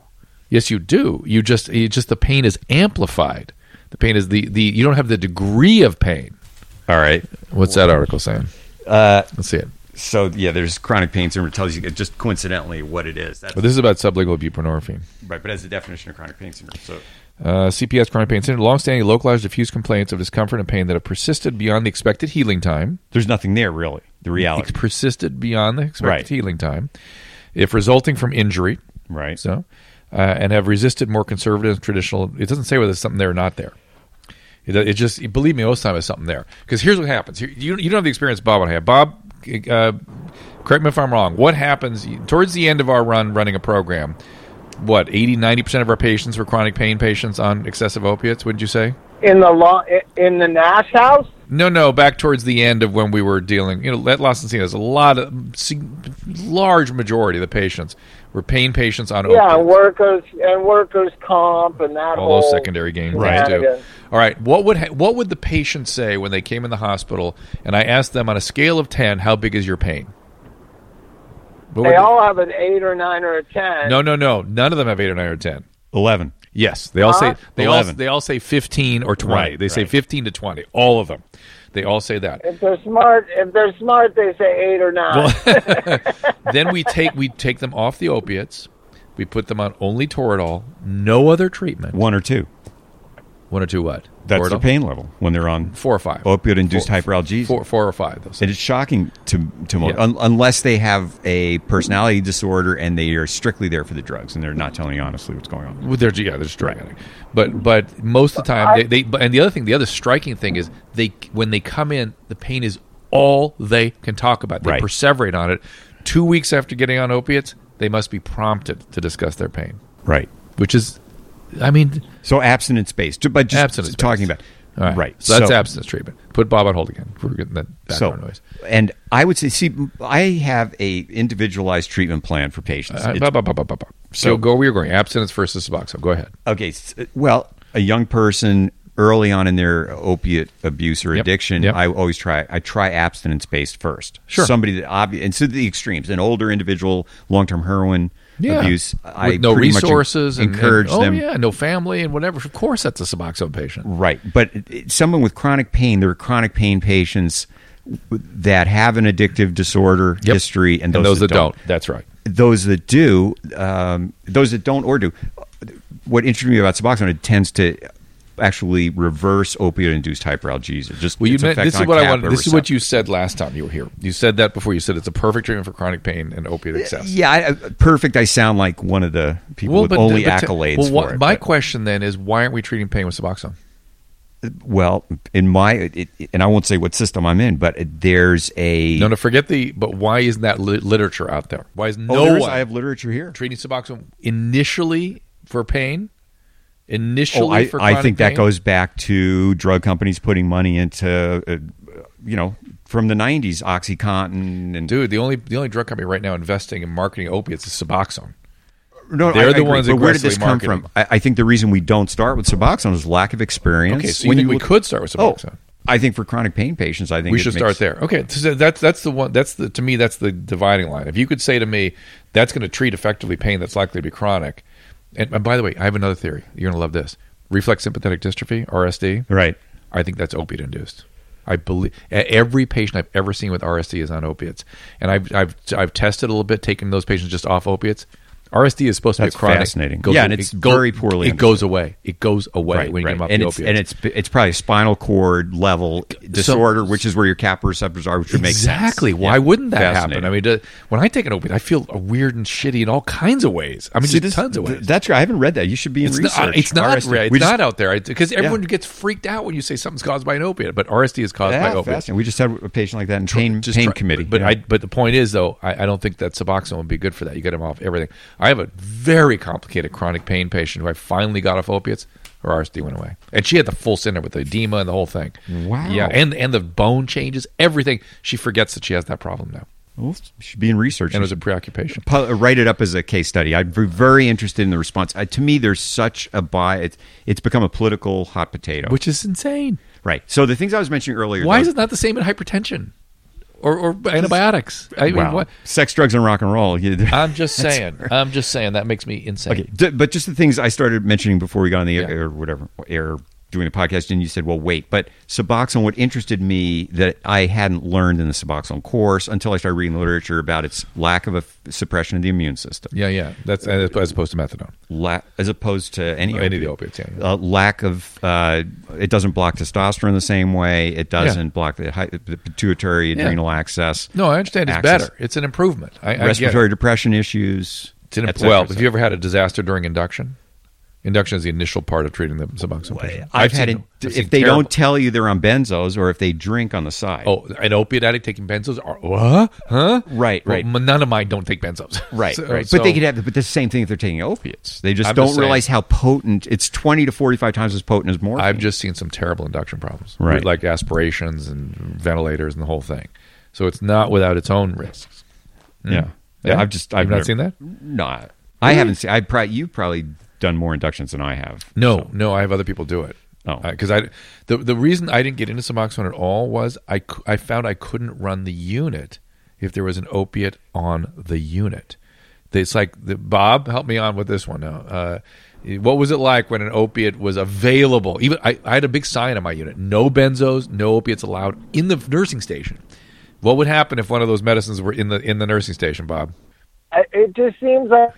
Speaker 2: Yes, you do. You just, you just the pain is amplified. The pain is the, the you don't have the degree of pain.
Speaker 5: All right.
Speaker 2: What's that article saying? Uh, Let's see it.
Speaker 5: So yeah, there's chronic pain syndrome. It tells you just coincidentally what it is. That's
Speaker 2: But this is about sublingual buprenorphine.
Speaker 5: right. But as the definition of chronic pain syndrome. So
Speaker 2: Uh, CPS chronic pain syndrome, longstanding localized diffuse complaints of discomfort and pain that have persisted beyond the expected healing time.
Speaker 5: there's nothing there really. The reality.
Speaker 2: It's persisted beyond the expected
Speaker 5: Right.
Speaker 2: healing time. If resulting from injury,
Speaker 5: Right.
Speaker 2: So, uh, and have resisted more conservative and traditional. It doesn't say whether there's something there or not there. It, it just believe me, most of the time it's something there. Because here's what happens. Here- You, you don't have the experience Bob and I have. Bob, uh, correct me if I'm wrong. What happens towards the end of our run running a program? What 80, 90 percent of our patients were chronic pain patients on excessive opiates. Would you say?
Speaker 4: in the law in the Nash house.
Speaker 2: No, no. Back towards the end of when we were dealing, you know, at Los Encinas, a lot of sig- large majority of the patients were pain patients on opiates.
Speaker 4: Yeah, and workers and workers comp and that
Speaker 2: all
Speaker 4: whole
Speaker 2: those secondary games
Speaker 5: Right.
Speaker 2: right. too.
Speaker 4: shenanigans.
Speaker 2: All right, what would ha- what would the patient say when they came in the hospital and I asked them on a scale of 10 how big is your pain? What would
Speaker 4: They
Speaker 2: they-
Speaker 4: all have an eight or nine or a ten.
Speaker 2: no, no, no. None of them have 8 or 9 or 10.
Speaker 5: Eleven.
Speaker 2: Yes, they all say
Speaker 4: Huh?
Speaker 2: they all,
Speaker 5: 11.
Speaker 2: they all say 15 or 20.
Speaker 5: Right,
Speaker 2: they say
Speaker 5: right.
Speaker 2: 15 to 20. All of them. They all say that.
Speaker 4: If they're smart, if they're smart, they say eight or nine.
Speaker 2: then we take we take them off the opiates. We put them on only Toradol, no other treatment.
Speaker 5: One or two.
Speaker 2: One or two what?
Speaker 5: That's
Speaker 2: Toradol?
Speaker 5: their pain level when they're on
Speaker 2: Four or five.
Speaker 5: opioid-induced
Speaker 2: Four-
Speaker 5: hyperalgesia.
Speaker 2: Four, four or five. Those
Speaker 5: And it's shocking to to most,
Speaker 2: Yeah.
Speaker 5: un, unless they have a personality disorder and they are strictly there for the drugs and they're not telling you honestly what's going on.
Speaker 2: Well, they're yeah, they're just drug addict. But but most of the time, they, they but- and the other thing, the other striking thing is they when they come in, the pain is all they can talk about. They
Speaker 5: Right.
Speaker 2: perseverate on it. Two weeks after getting on opiates, they must be prompted to discuss their pain,
Speaker 5: Right.
Speaker 2: which is, I mean,
Speaker 5: So abstinence based, but just
Speaker 2: Abstinence-based.
Speaker 5: talking about
Speaker 2: all right. So that's abstinence treatment. Put Bob on hold again. We're getting that background noise.
Speaker 5: And I would say, see, I have a individualized treatment plan for patients.
Speaker 2: Uh,
Speaker 5: It's-
Speaker 2: Bob, Bob, Bob, Bob, Bob, Bob. So
Speaker 5: So-
Speaker 2: go where you're going. Abstinence versus Suboxone. Go ahead.
Speaker 5: okay, s- well, a young person early on in their opiate abuse or
Speaker 2: Yep,
Speaker 5: addiction,
Speaker 2: yep.
Speaker 5: I always try. I try abstinence based first.
Speaker 2: Sure.
Speaker 5: somebody that obvious and so the extremes. An older individual, long term heroin
Speaker 2: Yeah.
Speaker 5: abuse. I
Speaker 2: With no
Speaker 5: pretty much
Speaker 2: resources and-
Speaker 5: encourage
Speaker 2: and,
Speaker 5: them.
Speaker 2: Oh yeah, no family and whatever. Of course, that's a Suboxone patient.
Speaker 5: Right. But it- it- someone with chronic pain, there are chronic pain patients that have an addictive disorder
Speaker 2: Yep.
Speaker 5: history and
Speaker 2: And
Speaker 5: those, that, don't.
Speaker 2: That's right.
Speaker 5: Those that do, um, those that don't or do. What interested me about Suboxone, it tends to actually reverse opioid induced hyperalgesia. Just
Speaker 2: Well, you
Speaker 5: its
Speaker 2: meant,
Speaker 5: effect
Speaker 2: this is
Speaker 5: on
Speaker 2: what I
Speaker 5: kappa
Speaker 2: wanted. This is what
Speaker 5: receptor-
Speaker 2: you said last time you were here. You said that before. You said it's a perfect treatment for chronic pain and opiate excess.
Speaker 5: Yeah, I, I- perfect. I sound like one of the people with only
Speaker 2: but t-
Speaker 5: accolades
Speaker 2: well, what-
Speaker 5: for it.
Speaker 2: My
Speaker 5: but-
Speaker 2: question then is, why aren't we treating pain with Suboxone?
Speaker 5: well, in my, it, it- and I won't say what system I'm in, but there's a
Speaker 2: No, no, forget the. But why isn't that li- literature out there? Why is
Speaker 5: Oh,
Speaker 2: no
Speaker 5: there
Speaker 2: one
Speaker 5: is- I have literature here.
Speaker 2: treating Suboxone initially for pain? Initially
Speaker 5: Oh, I,
Speaker 2: for chronic
Speaker 5: I think
Speaker 2: pain?
Speaker 5: that goes back to drug companies putting money into, uh, you know, from the '90s, OxyContin and
Speaker 2: Dude, the only the only drug company right now investing in marketing opiates is Suboxone.
Speaker 5: no,
Speaker 2: they're the ones
Speaker 5: But where did this
Speaker 2: aggressively
Speaker 5: come
Speaker 2: marketing.
Speaker 5: from? I, I think the reason we don't start with Suboxone is lack of experience.
Speaker 2: Okay, so you think we
Speaker 5: look-
Speaker 2: could start with
Speaker 5: Oh,
Speaker 2: Suboxone?
Speaker 5: I think for chronic pain patients, I think
Speaker 2: we
Speaker 5: it
Speaker 2: should
Speaker 5: makes-
Speaker 2: start there. Okay, so that's that's the one. That's the to me that's the dividing line. If you could say to me, that's going to treat effectively pain that's likely to be chronic. And, and by the way, I have another theory. You're going to love this. Reflex sympathetic dystrophy (RSD).
Speaker 5: Right.
Speaker 2: I think that's opiate induced. I believe every patient I've ever seen with RSD is on opiates, and I've I've I've tested a little bit, taking those patients just off opiates. RSD is supposed to
Speaker 5: That's
Speaker 2: be a chronic.
Speaker 5: fascinating. Yeah, and it's very poorly
Speaker 2: It goes away. It goes away when you give up
Speaker 5: and
Speaker 2: the
Speaker 5: it's,
Speaker 2: opiates.
Speaker 5: and it's it's probably spinal cord level disorder, which is where your kappa receptors are, which would make sense.
Speaker 2: exactly. Why
Speaker 5: Yeah.
Speaker 2: wouldn't that
Speaker 5: Fascinating.
Speaker 2: happen? I mean, do- when I take an opiate, I feel weird and shitty in all kinds of ways. I mean,
Speaker 5: See,
Speaker 2: just
Speaker 5: this-
Speaker 2: tons of ways.
Speaker 5: th- that's right. I haven't read that. You should be in
Speaker 2: it's
Speaker 5: research.
Speaker 2: not. uh, It's not.
Speaker 5: RSD.
Speaker 2: rare. It's
Speaker 5: We just-
Speaker 2: not out there because everyone gets freaked out when you say something's caused by an opiate, but RSD is caused by
Speaker 5: Yeah,
Speaker 2: opiates.
Speaker 5: fascinating. We just had a patient like that in pain,
Speaker 2: Just
Speaker 5: pain
Speaker 2: try-
Speaker 5: committee.
Speaker 2: But
Speaker 5: Yeah.
Speaker 2: I. But the point is, though, I, I don't think that Suboxone would be good for that. You get them off everything. I have a very complicated chronic pain patient who I finally got off opiates. Her RSD went away, and she had the full center with edema and the whole thing.
Speaker 5: Wow.
Speaker 2: Yeah, and and the bone changes, everything. She forgets that she has that problem now,
Speaker 5: Well, we should be in research.
Speaker 2: and it was a preoccupation.
Speaker 5: pu- write it up as a case study. I'd be very interested in the response. Uh, to me, there's such a buy. It's it's become a political hot potato.
Speaker 2: Which is insane.
Speaker 5: right. So the things I was mentioning earlier.
Speaker 2: Why is
Speaker 5: those-
Speaker 2: it not the same in hypertension or, or antibiotics? I mean,
Speaker 5: wow.
Speaker 2: what?
Speaker 5: Sex, drugs, and rock and roll. You-
Speaker 2: I'm just saying. I'm just saying that makes me insane.
Speaker 5: okay. D- but just the things I started mentioning before we got on the
Speaker 2: Yeah.
Speaker 5: air, or whatever air doing the podcast, and you said, "Well, wait." But Suboxone, what interested me that I hadn't learned in the Suboxone course until I started reading the literature about its lack of a f- suppression of the immune system.
Speaker 2: Yeah, yeah. That's as as opposed to methadone.
Speaker 5: la- as opposed to any
Speaker 2: Any of the opiates,
Speaker 5: opiate.
Speaker 2: yeah, yeah.
Speaker 5: Uh, lack of uh, it doesn't block testosterone the same way. It doesn't
Speaker 2: Yeah.
Speaker 5: block the, hy- the pituitary
Speaker 2: Yeah.
Speaker 5: adrenal access.
Speaker 2: No, I understand. It's
Speaker 5: access.
Speaker 2: better. It's an improvement. I, I get
Speaker 5: Respiratory
Speaker 2: it.
Speaker 5: depression issues.
Speaker 2: It's an
Speaker 5: et
Speaker 2: imp-
Speaker 5: cetera,
Speaker 2: well,
Speaker 5: et
Speaker 2: have
Speaker 5: cetera.
Speaker 2: you ever had a disaster during induction? Induction is the initial part of treating the suboxone. patient.
Speaker 5: I've,
Speaker 2: seen
Speaker 5: had
Speaker 2: them.
Speaker 5: it.
Speaker 2: I've seen
Speaker 5: If they
Speaker 2: terrible-
Speaker 5: don't tell you they're on benzos, or if they drink on the side.
Speaker 2: Oh, an opiate addict taking benzos? Are, what? Huh?
Speaker 5: Right,
Speaker 2: Well,
Speaker 5: right.
Speaker 2: m- none of mine don't take benzos.
Speaker 5: Right,
Speaker 2: So-
Speaker 5: right.
Speaker 2: so-
Speaker 5: but they could have, but the same thing if they're taking opiates. They just
Speaker 2: I'm
Speaker 5: don't
Speaker 2: just saying.
Speaker 5: realize how potent it's twenty to forty-five times as potent as morphine.
Speaker 2: I've just seen some terrible induction problems,
Speaker 5: Right.
Speaker 2: with, Like aspirations and ventilators and the whole thing. So it's not without its own risks.
Speaker 5: Yeah.
Speaker 2: mm. Yeah?
Speaker 5: I've just
Speaker 2: You've
Speaker 5: I've
Speaker 2: not
Speaker 5: never-
Speaker 2: seen that?
Speaker 5: No. I- I haven't seen I probably you've probably done more inductions than I have.
Speaker 2: No, no, I have other people do it.
Speaker 5: Oh.
Speaker 2: because I the the reason I didn't get into Suboxone at all was I cou- I found I couldn't run the unit if there was an opiate on the unit. It's like the, Bob, help me on with this one now. Uh, what was it like when an opiate was available? Even I, I had a big sign on my unit: no benzos, no opiates allowed in the nursing station. What would happen if one of those medicines were in the in the nursing station, Bob?
Speaker 4: I, it just seems like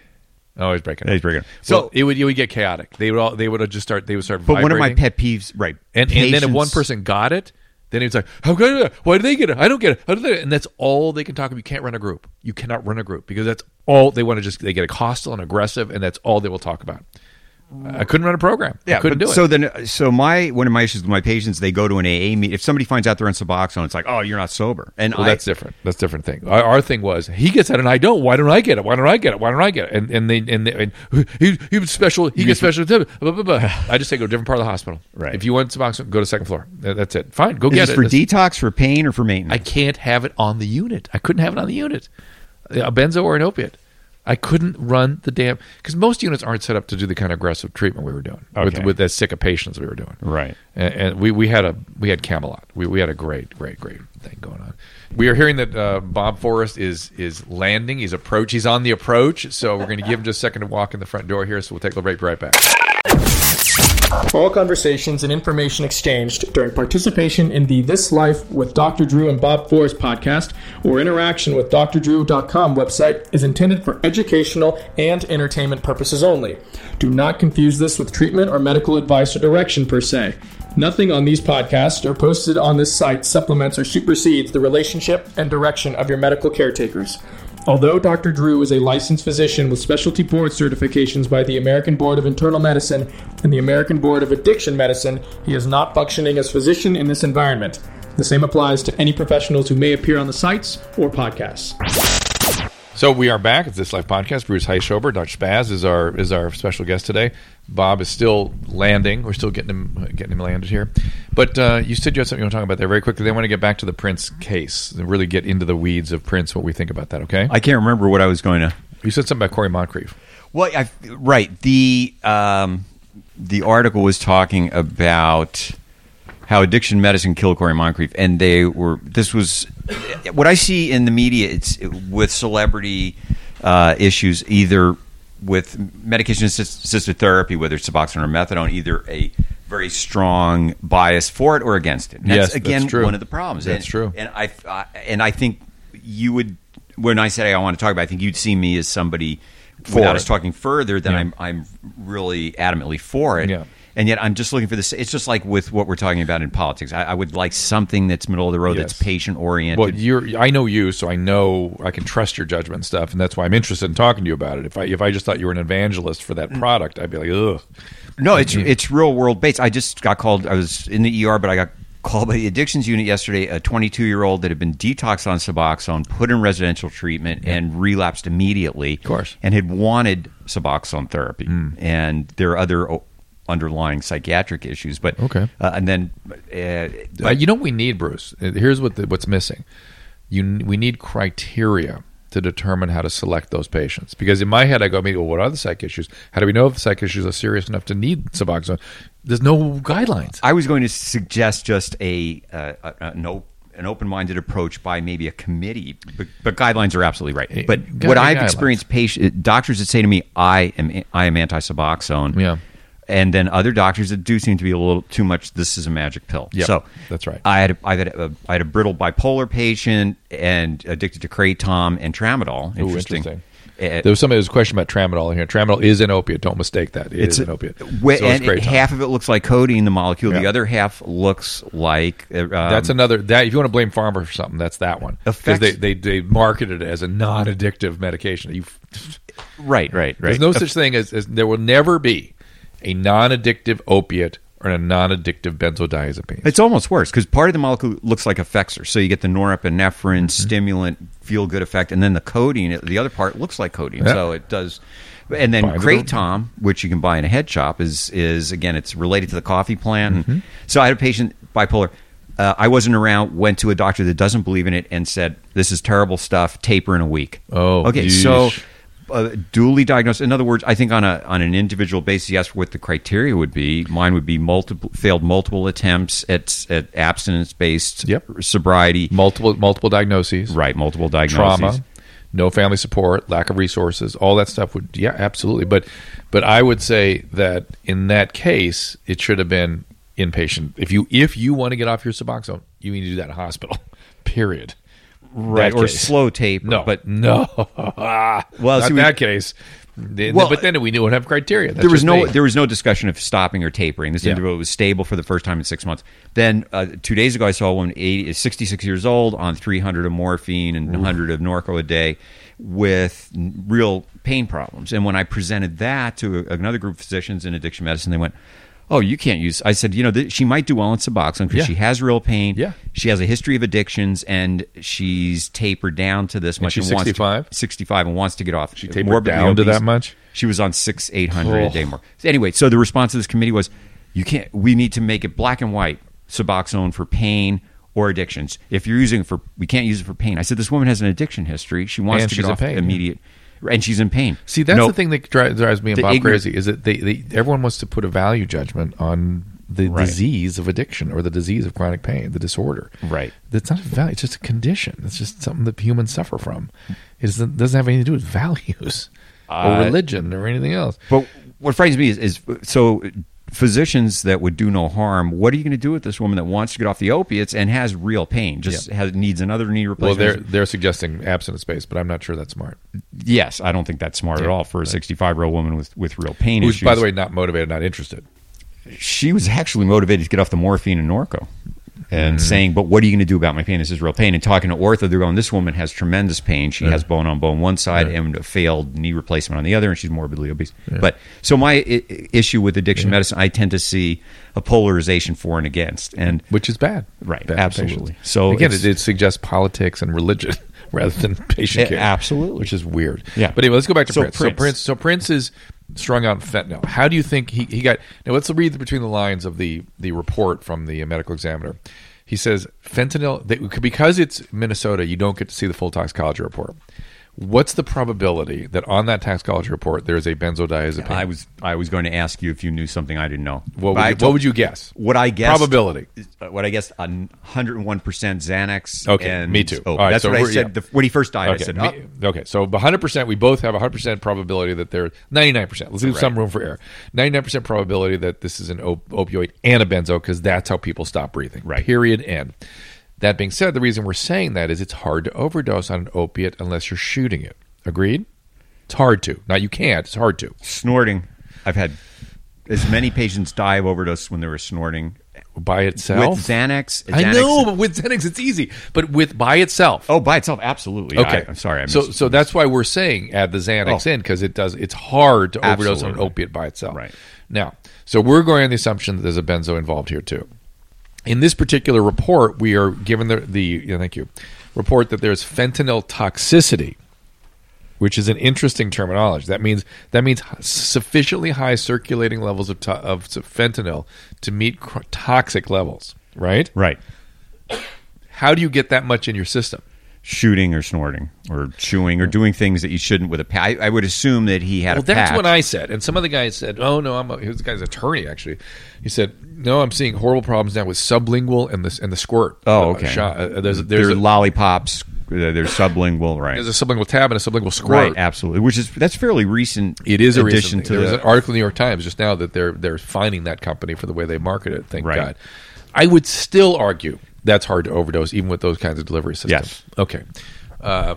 Speaker 2: Oh, he's breaking. up.
Speaker 5: He's breaking up.
Speaker 2: So
Speaker 5: Well-
Speaker 2: it would it would get chaotic. They would all they would just start they would start.
Speaker 5: But one of my
Speaker 2: vibrating.
Speaker 5: pet peeves, right?
Speaker 2: And, and then if one
Speaker 5: patients-
Speaker 2: person got it, then it's like, how could I, why do they get it? I don't get it. How do they? And that's all they can talk about. You can't run a group. You cannot run a group because that's all they want to just, they get hostile and aggressive, and that's all they will talk about. I couldn't run a program. I couldn't
Speaker 5: but-
Speaker 2: do it.
Speaker 5: So then, so my one of my issues with my patients, they go to an AA meet. If somebody finds out they're on Suboxone, it's like, oh, you're not sober. And
Speaker 2: well,
Speaker 5: I,
Speaker 2: that's different. That's a different thing. Our, our thing was he gets it and I don't. Why don't I get it? Why don't I get it? Why don't I get it? And and they and, they, and he he was special. He gets special. Blah, blah, blah, blah. I just say go to a different part of the hospital.
Speaker 5: Right.
Speaker 2: If you want Suboxone, go to second floor. Th- That's it. Fine. Go
Speaker 5: is
Speaker 2: get
Speaker 5: this
Speaker 2: it.
Speaker 5: for
Speaker 2: That's-
Speaker 5: detox, for pain, or for
Speaker 2: I
Speaker 5: maintenance?
Speaker 2: can't have it on the unit. I couldn't have it on the unit, a benzo or an opiate. I couldn't run the damn because most units aren't set up to do the kind of aggressive treatment we were doing with
Speaker 5: Okay.
Speaker 2: with the sick of patients we were doing.
Speaker 5: Right.
Speaker 2: And, and we, we had a we had Camelot. We, we had a great great great thing going on. We are hearing that uh, Bob Forrest is is landing. He's approach. He's on the approach. So we're going to give him just a second to walk in the front door here. So we'll take a break. Be right back.
Speaker 3: All conversations and information exchanged during participation in the This Life with Dr. Drew and Bob Forrest podcast or interaction with drdrew.com website is intended for educational and entertainment purposes only. Do not confuse this with treatment or medical advice or direction per se. Nothing on these podcasts or posted on this site supplements or supersedes the relationship and direction of your medical caretakers. Although Dr. Drew is a licensed physician with specialty board certifications by the American Board of Internal Medicine and the American Board of Addiction Medicine, he is not functioning as physician in this environment. The same applies to any professionals who may appear on the sites or podcasts.
Speaker 2: So we are back. It's this life podcast. Bruce Heischober, Dr. Spaz is our is our special guest today. Bob is still landing. We're still getting him getting him landed here. But uh, you said you had something you want to talk about there very quickly. Then I want to get back to the Prince case and really get into the weeds of Prince. What we think about that? Okay.
Speaker 5: I can't remember what I was going to.
Speaker 2: you said something about Corey Moncrief.
Speaker 5: Well, I, right. The um, the article was talking about how addiction medicine killed Corey Moncrief, and they were. This was what I see in the media. It's with celebrity uh, issues, either with medication assist- assisted therapy, whether it's Suboxone or methadone, either a very strong bias for it or against it. And
Speaker 2: Yes,
Speaker 5: That's
Speaker 2: that's
Speaker 5: again
Speaker 2: true.
Speaker 5: one of the problems.
Speaker 2: That's
Speaker 5: And-
Speaker 2: true.
Speaker 5: And I, I and I think you would when I said I want to talk about, it, I think you'd see me as somebody
Speaker 2: it.
Speaker 5: without us talking further, then I'm I'm really adamantly for it.
Speaker 2: Yeah.
Speaker 5: And yet I'm just looking for this. It's just like with what we're talking about in politics. I, I would like something that's middle of the road, that's
Speaker 2: Yes.
Speaker 5: patient oriented.
Speaker 2: Well, you're. I know you, so I know I can trust your judgment and stuff, and that's why I'm interested in talking to you about it. If I if I just thought you were an evangelist for that product, I'd be like, ugh.
Speaker 5: No, it's it's real world based. I just got called. I was in the ER, but I got called by the addictions unit yesterday. A 22 year old that had been detoxed on Suboxone, put in residential treatment, and relapsed immediately. Of
Speaker 2: course. Hmm.
Speaker 5: and had wanted Suboxone therapy, and there are other. o- Underlying psychiatric issues, but
Speaker 2: Okay.
Speaker 5: uh, and then uh,
Speaker 2: Uh, you know what we need, Bruce. Uh, Here's what the, what's missing. You we need criteria to determine how to select those patients. Because in my head, I go, I mean, well, what are the psych issues? How do we know if the psych issues are serious enough to need Suboxone? There's no guidelines.
Speaker 5: I was going to suggest just a, uh, a- a no. An open-minded approach by maybe a committee, but, but guidelines are absolutely right. But
Speaker 2: gotta
Speaker 5: what
Speaker 2: be
Speaker 5: I've
Speaker 2: guidelines.
Speaker 5: experienced, patient, doctors that say to me, "I am I am anti-Suboxone,"
Speaker 2: Yeah.
Speaker 5: and then other doctors that do seem to be a little too much. This is a magic pill.
Speaker 2: Yep,
Speaker 5: so
Speaker 2: that's right.
Speaker 5: I had I had a, I had a brittle bipolar patient and addicted to kratom and tramadol.
Speaker 2: Ooh,
Speaker 5: Interesting.
Speaker 2: interesting.
Speaker 5: Uh,
Speaker 2: There was somebody who was question about tramadol in here. Tramadol is an opiate. Don't mistake that. It is an opiate.
Speaker 5: Wh-
Speaker 2: So
Speaker 5: and
Speaker 2: great.
Speaker 5: half of it looks like codeine, the molecule. The
Speaker 2: Yeah.
Speaker 5: other half looks like uh, um,
Speaker 2: That's another that if you want to blame Farmer for something, that's that one because
Speaker 5: Affects-
Speaker 2: they, they they marketed it as a non-addictive medication. You,
Speaker 5: Right, right, right.
Speaker 2: There's no such thing as, as there will never be a non-addictive opiate or a non-addictive benzodiazepine.
Speaker 5: it's almost worse because part of the molecule looks like effexor. So you get the norepinephrine
Speaker 2: Mm-hmm.
Speaker 5: stimulant feel good effect, and then the codeine. The other part looks like codeine,
Speaker 2: Yeah.
Speaker 5: so it does. And then
Speaker 2: Buy the-
Speaker 5: kratom, which you can buy in a head shop, is is again it's related to the coffee plant.
Speaker 2: Mm-hmm.
Speaker 5: So I had a patient bipolar. Uh, I wasn't around. Went to a doctor that doesn't believe in it and said this is terrible stuff. Taper in a week.
Speaker 2: Oh,
Speaker 5: okay.
Speaker 2: yeesh.
Speaker 5: So uh, duly diagnosed. In other words, I think on a on an individual basis, yes, what the criteria would be. Mine would be multiple failed multiple attempts at at abstinence based
Speaker 2: Yep.
Speaker 5: sobriety,
Speaker 2: multiple multiple diagnoses,
Speaker 5: right? Multiple diagnoses.
Speaker 2: trauma, no family support, lack of resources, all that stuff would yeah, absolutely. But but I would say that in that case, it should have been inpatient. If you if you want to get off your Suboxone, you need to do that in a hospital. Period.
Speaker 5: right?
Speaker 2: That
Speaker 5: Or
Speaker 2: case.
Speaker 5: slow taper.
Speaker 2: No,
Speaker 5: but
Speaker 2: but no. well,
Speaker 5: see,
Speaker 2: in
Speaker 5: we-
Speaker 2: that case, then-
Speaker 5: Well,
Speaker 2: but then we knew it have criteria. That's
Speaker 5: there was
Speaker 2: just
Speaker 5: no
Speaker 2: me.
Speaker 5: there was no discussion of stopping or tapering. This
Speaker 2: Yeah.
Speaker 5: individual was stable for the first time in six months. Then uh, two days ago, I saw a woman 80, 66 years old on three hundred of morphine and one hundred of Norco a day with n- real pain problems. And when I presented that to a, another group of physicians in addiction medicine, they went. Oh, you can't use. I said, you know, th- she might do well on Suboxone because
Speaker 2: Yeah.
Speaker 5: she has real pain.
Speaker 2: Yeah.
Speaker 5: she has a history of addictions, and she's tapered down to this much.
Speaker 2: she's
Speaker 5: and wants to-
Speaker 2: 65?
Speaker 5: 65 and wants to get off. She
Speaker 2: tapered down to that much?
Speaker 5: she was on six eight hundred a
Speaker 2: Oh.
Speaker 5: day more. So anyway, so the response of this committee was, "You can't. We need to make it black and white. Suboxone for pain or addictions. If you're using it for, we can't use it for pain." I said, "This woman has an addiction history. She wants
Speaker 2: And
Speaker 5: to
Speaker 2: she's
Speaker 5: get
Speaker 2: in
Speaker 5: off
Speaker 2: pain, yeah.
Speaker 5: immediate, and she's in pain."
Speaker 2: See, that's
Speaker 5: No,
Speaker 2: the thing that drives, drives me and
Speaker 5: The
Speaker 2: Bob
Speaker 5: ignorant-
Speaker 2: crazy is that they, they everyone wants to put a value judgment on the
Speaker 5: Right.
Speaker 2: disease of addiction or the disease of chronic pain, the disorder.
Speaker 5: Right.
Speaker 2: That's not a value. It's just a condition. It's just something that humans suffer from. It doesn't doesn't have anything to do with values or religion or anything else.
Speaker 5: But what frightens me is, is so physicians that would do no harm. What are you going to do with this woman that wants to get off the opiates and has real pain? Just has, needs another knee
Speaker 2: Well,
Speaker 5: replacement.
Speaker 2: they're they're suggesting abstinence based, but I'm not sure that's smart.
Speaker 5: yes, I don't think that's smart at all for a 65 year old woman with with real pain
Speaker 2: Who's,
Speaker 5: issues.
Speaker 2: by the way, not motivated, not interested.
Speaker 5: she was actually motivated to get off the morphine and Norco
Speaker 2: Mm-hmm.
Speaker 5: and saying, but what are you going to do about my pain? This is real pain. And talking to ortho, they're going, this woman has tremendous pain. She has bone on bone one side and a failed knee replacement on the other, and she's morbidly obese. But so my I- I- issue with addiction medicine, I tend to see a polarization for and against. And
Speaker 2: which is bad.
Speaker 5: Right,
Speaker 2: Bad for
Speaker 5: absolutely.
Speaker 2: patients.
Speaker 5: So
Speaker 2: again,
Speaker 5: it's-
Speaker 2: it, it suggests politics and religion rather than patient
Speaker 5: Yeah,
Speaker 2: care.
Speaker 5: absolutely.
Speaker 2: which is weird.
Speaker 5: Yeah.
Speaker 2: but anyway, let's go back to
Speaker 5: So
Speaker 2: Prince.
Speaker 5: Prince.
Speaker 2: So Prince, so Prince is strung out on fentanyl. How do you think he, he got? Now let's read between the lines of the the report from the medical examiner. He says fentanyl they, because it's Minnesota, you don't get to see the full toxicology report. What's the probability that on that toxicology report there is a benzodiazepine?
Speaker 5: I was I was going to ask you if you knew something I didn't know.
Speaker 2: what
Speaker 5: But
Speaker 2: would,
Speaker 5: I
Speaker 2: you,
Speaker 5: told-
Speaker 2: what would you guess?
Speaker 5: What I guessed
Speaker 2: Probability.
Speaker 5: What I guessed, one hundred and one percent Xanax.
Speaker 2: Okay,
Speaker 5: and
Speaker 2: me too.
Speaker 5: Oh,
Speaker 2: All right,
Speaker 5: that's
Speaker 2: so
Speaker 5: what I
Speaker 2: we're-
Speaker 5: said
Speaker 2: yeah.
Speaker 5: the, when he first died.
Speaker 2: Okay,
Speaker 5: I said,
Speaker 2: me-
Speaker 5: "Oh,
Speaker 2: okay. So 100%, we both have 100% probability that there 99%. Let's leave some room for error. 99% probability that this is an op- opioid and a benzo because that's how people stop breathing.
Speaker 5: Right.
Speaker 2: Period. End. That being said, the reason we're saying that is it's hard to overdose on an opiate unless you're shooting it. Agreed? It's hard to. Now you can't. It's hard to.
Speaker 5: Snorting. I've had as many patients die of overdose when they were snorting
Speaker 2: By itself.
Speaker 5: with Xanax.
Speaker 2: I
Speaker 5: Xanax-
Speaker 2: know, but with Xanax it's easy. But with by itself.
Speaker 5: Oh, by itself, absolutely.
Speaker 2: Okay,
Speaker 5: I, am sorry. I
Speaker 2: so
Speaker 5: missed-
Speaker 2: so that's why we're saying add the Xanax
Speaker 5: Oh.
Speaker 2: in because it does. It's hard to overdose on an
Speaker 5: Absolutely.
Speaker 2: opiate by itself.
Speaker 5: Right.
Speaker 2: Now, so we're going on the assumption that there's a benzo involved here too. In this particular report, we are given the the yeah, thank you report that there's fentanyl toxicity, which is an interesting terminology. That means that means sufficiently high circulating levels of to, of fentanyl to meet cr- toxic levels. Right?
Speaker 5: right.
Speaker 2: How do you get that much in your system?
Speaker 5: Shooting or snorting or chewing or doing things that you shouldn't with a pack. I, I would assume that he had
Speaker 2: Well,
Speaker 5: a
Speaker 2: that's
Speaker 5: pack.
Speaker 2: what I said. And some of the guys said, "Oh no, I'm a, he was the guy's attorney actually." He said, "No, I'm seeing horrible problems now with sublingual and the and the squirt."
Speaker 5: Oh,
Speaker 2: uh,
Speaker 5: okay.
Speaker 2: shot. Uh, there's
Speaker 5: They're
Speaker 2: there's a,
Speaker 5: lollipops. uh, They're sublingual, right?
Speaker 2: there's a sublingual tab and a sublingual squirt.
Speaker 5: right, absolutely. Which is that's fairly recent.
Speaker 2: It is a
Speaker 5: addition
Speaker 2: recent
Speaker 5: to
Speaker 2: thing. There was
Speaker 5: the
Speaker 2: an article in the New York Times just now that they're they're finding that company for the way they market it. Thank
Speaker 5: Right.
Speaker 2: God. I would still argue that's hard to overdose, even with those kinds of delivery systems.
Speaker 5: Yes.
Speaker 2: Okay. Uh,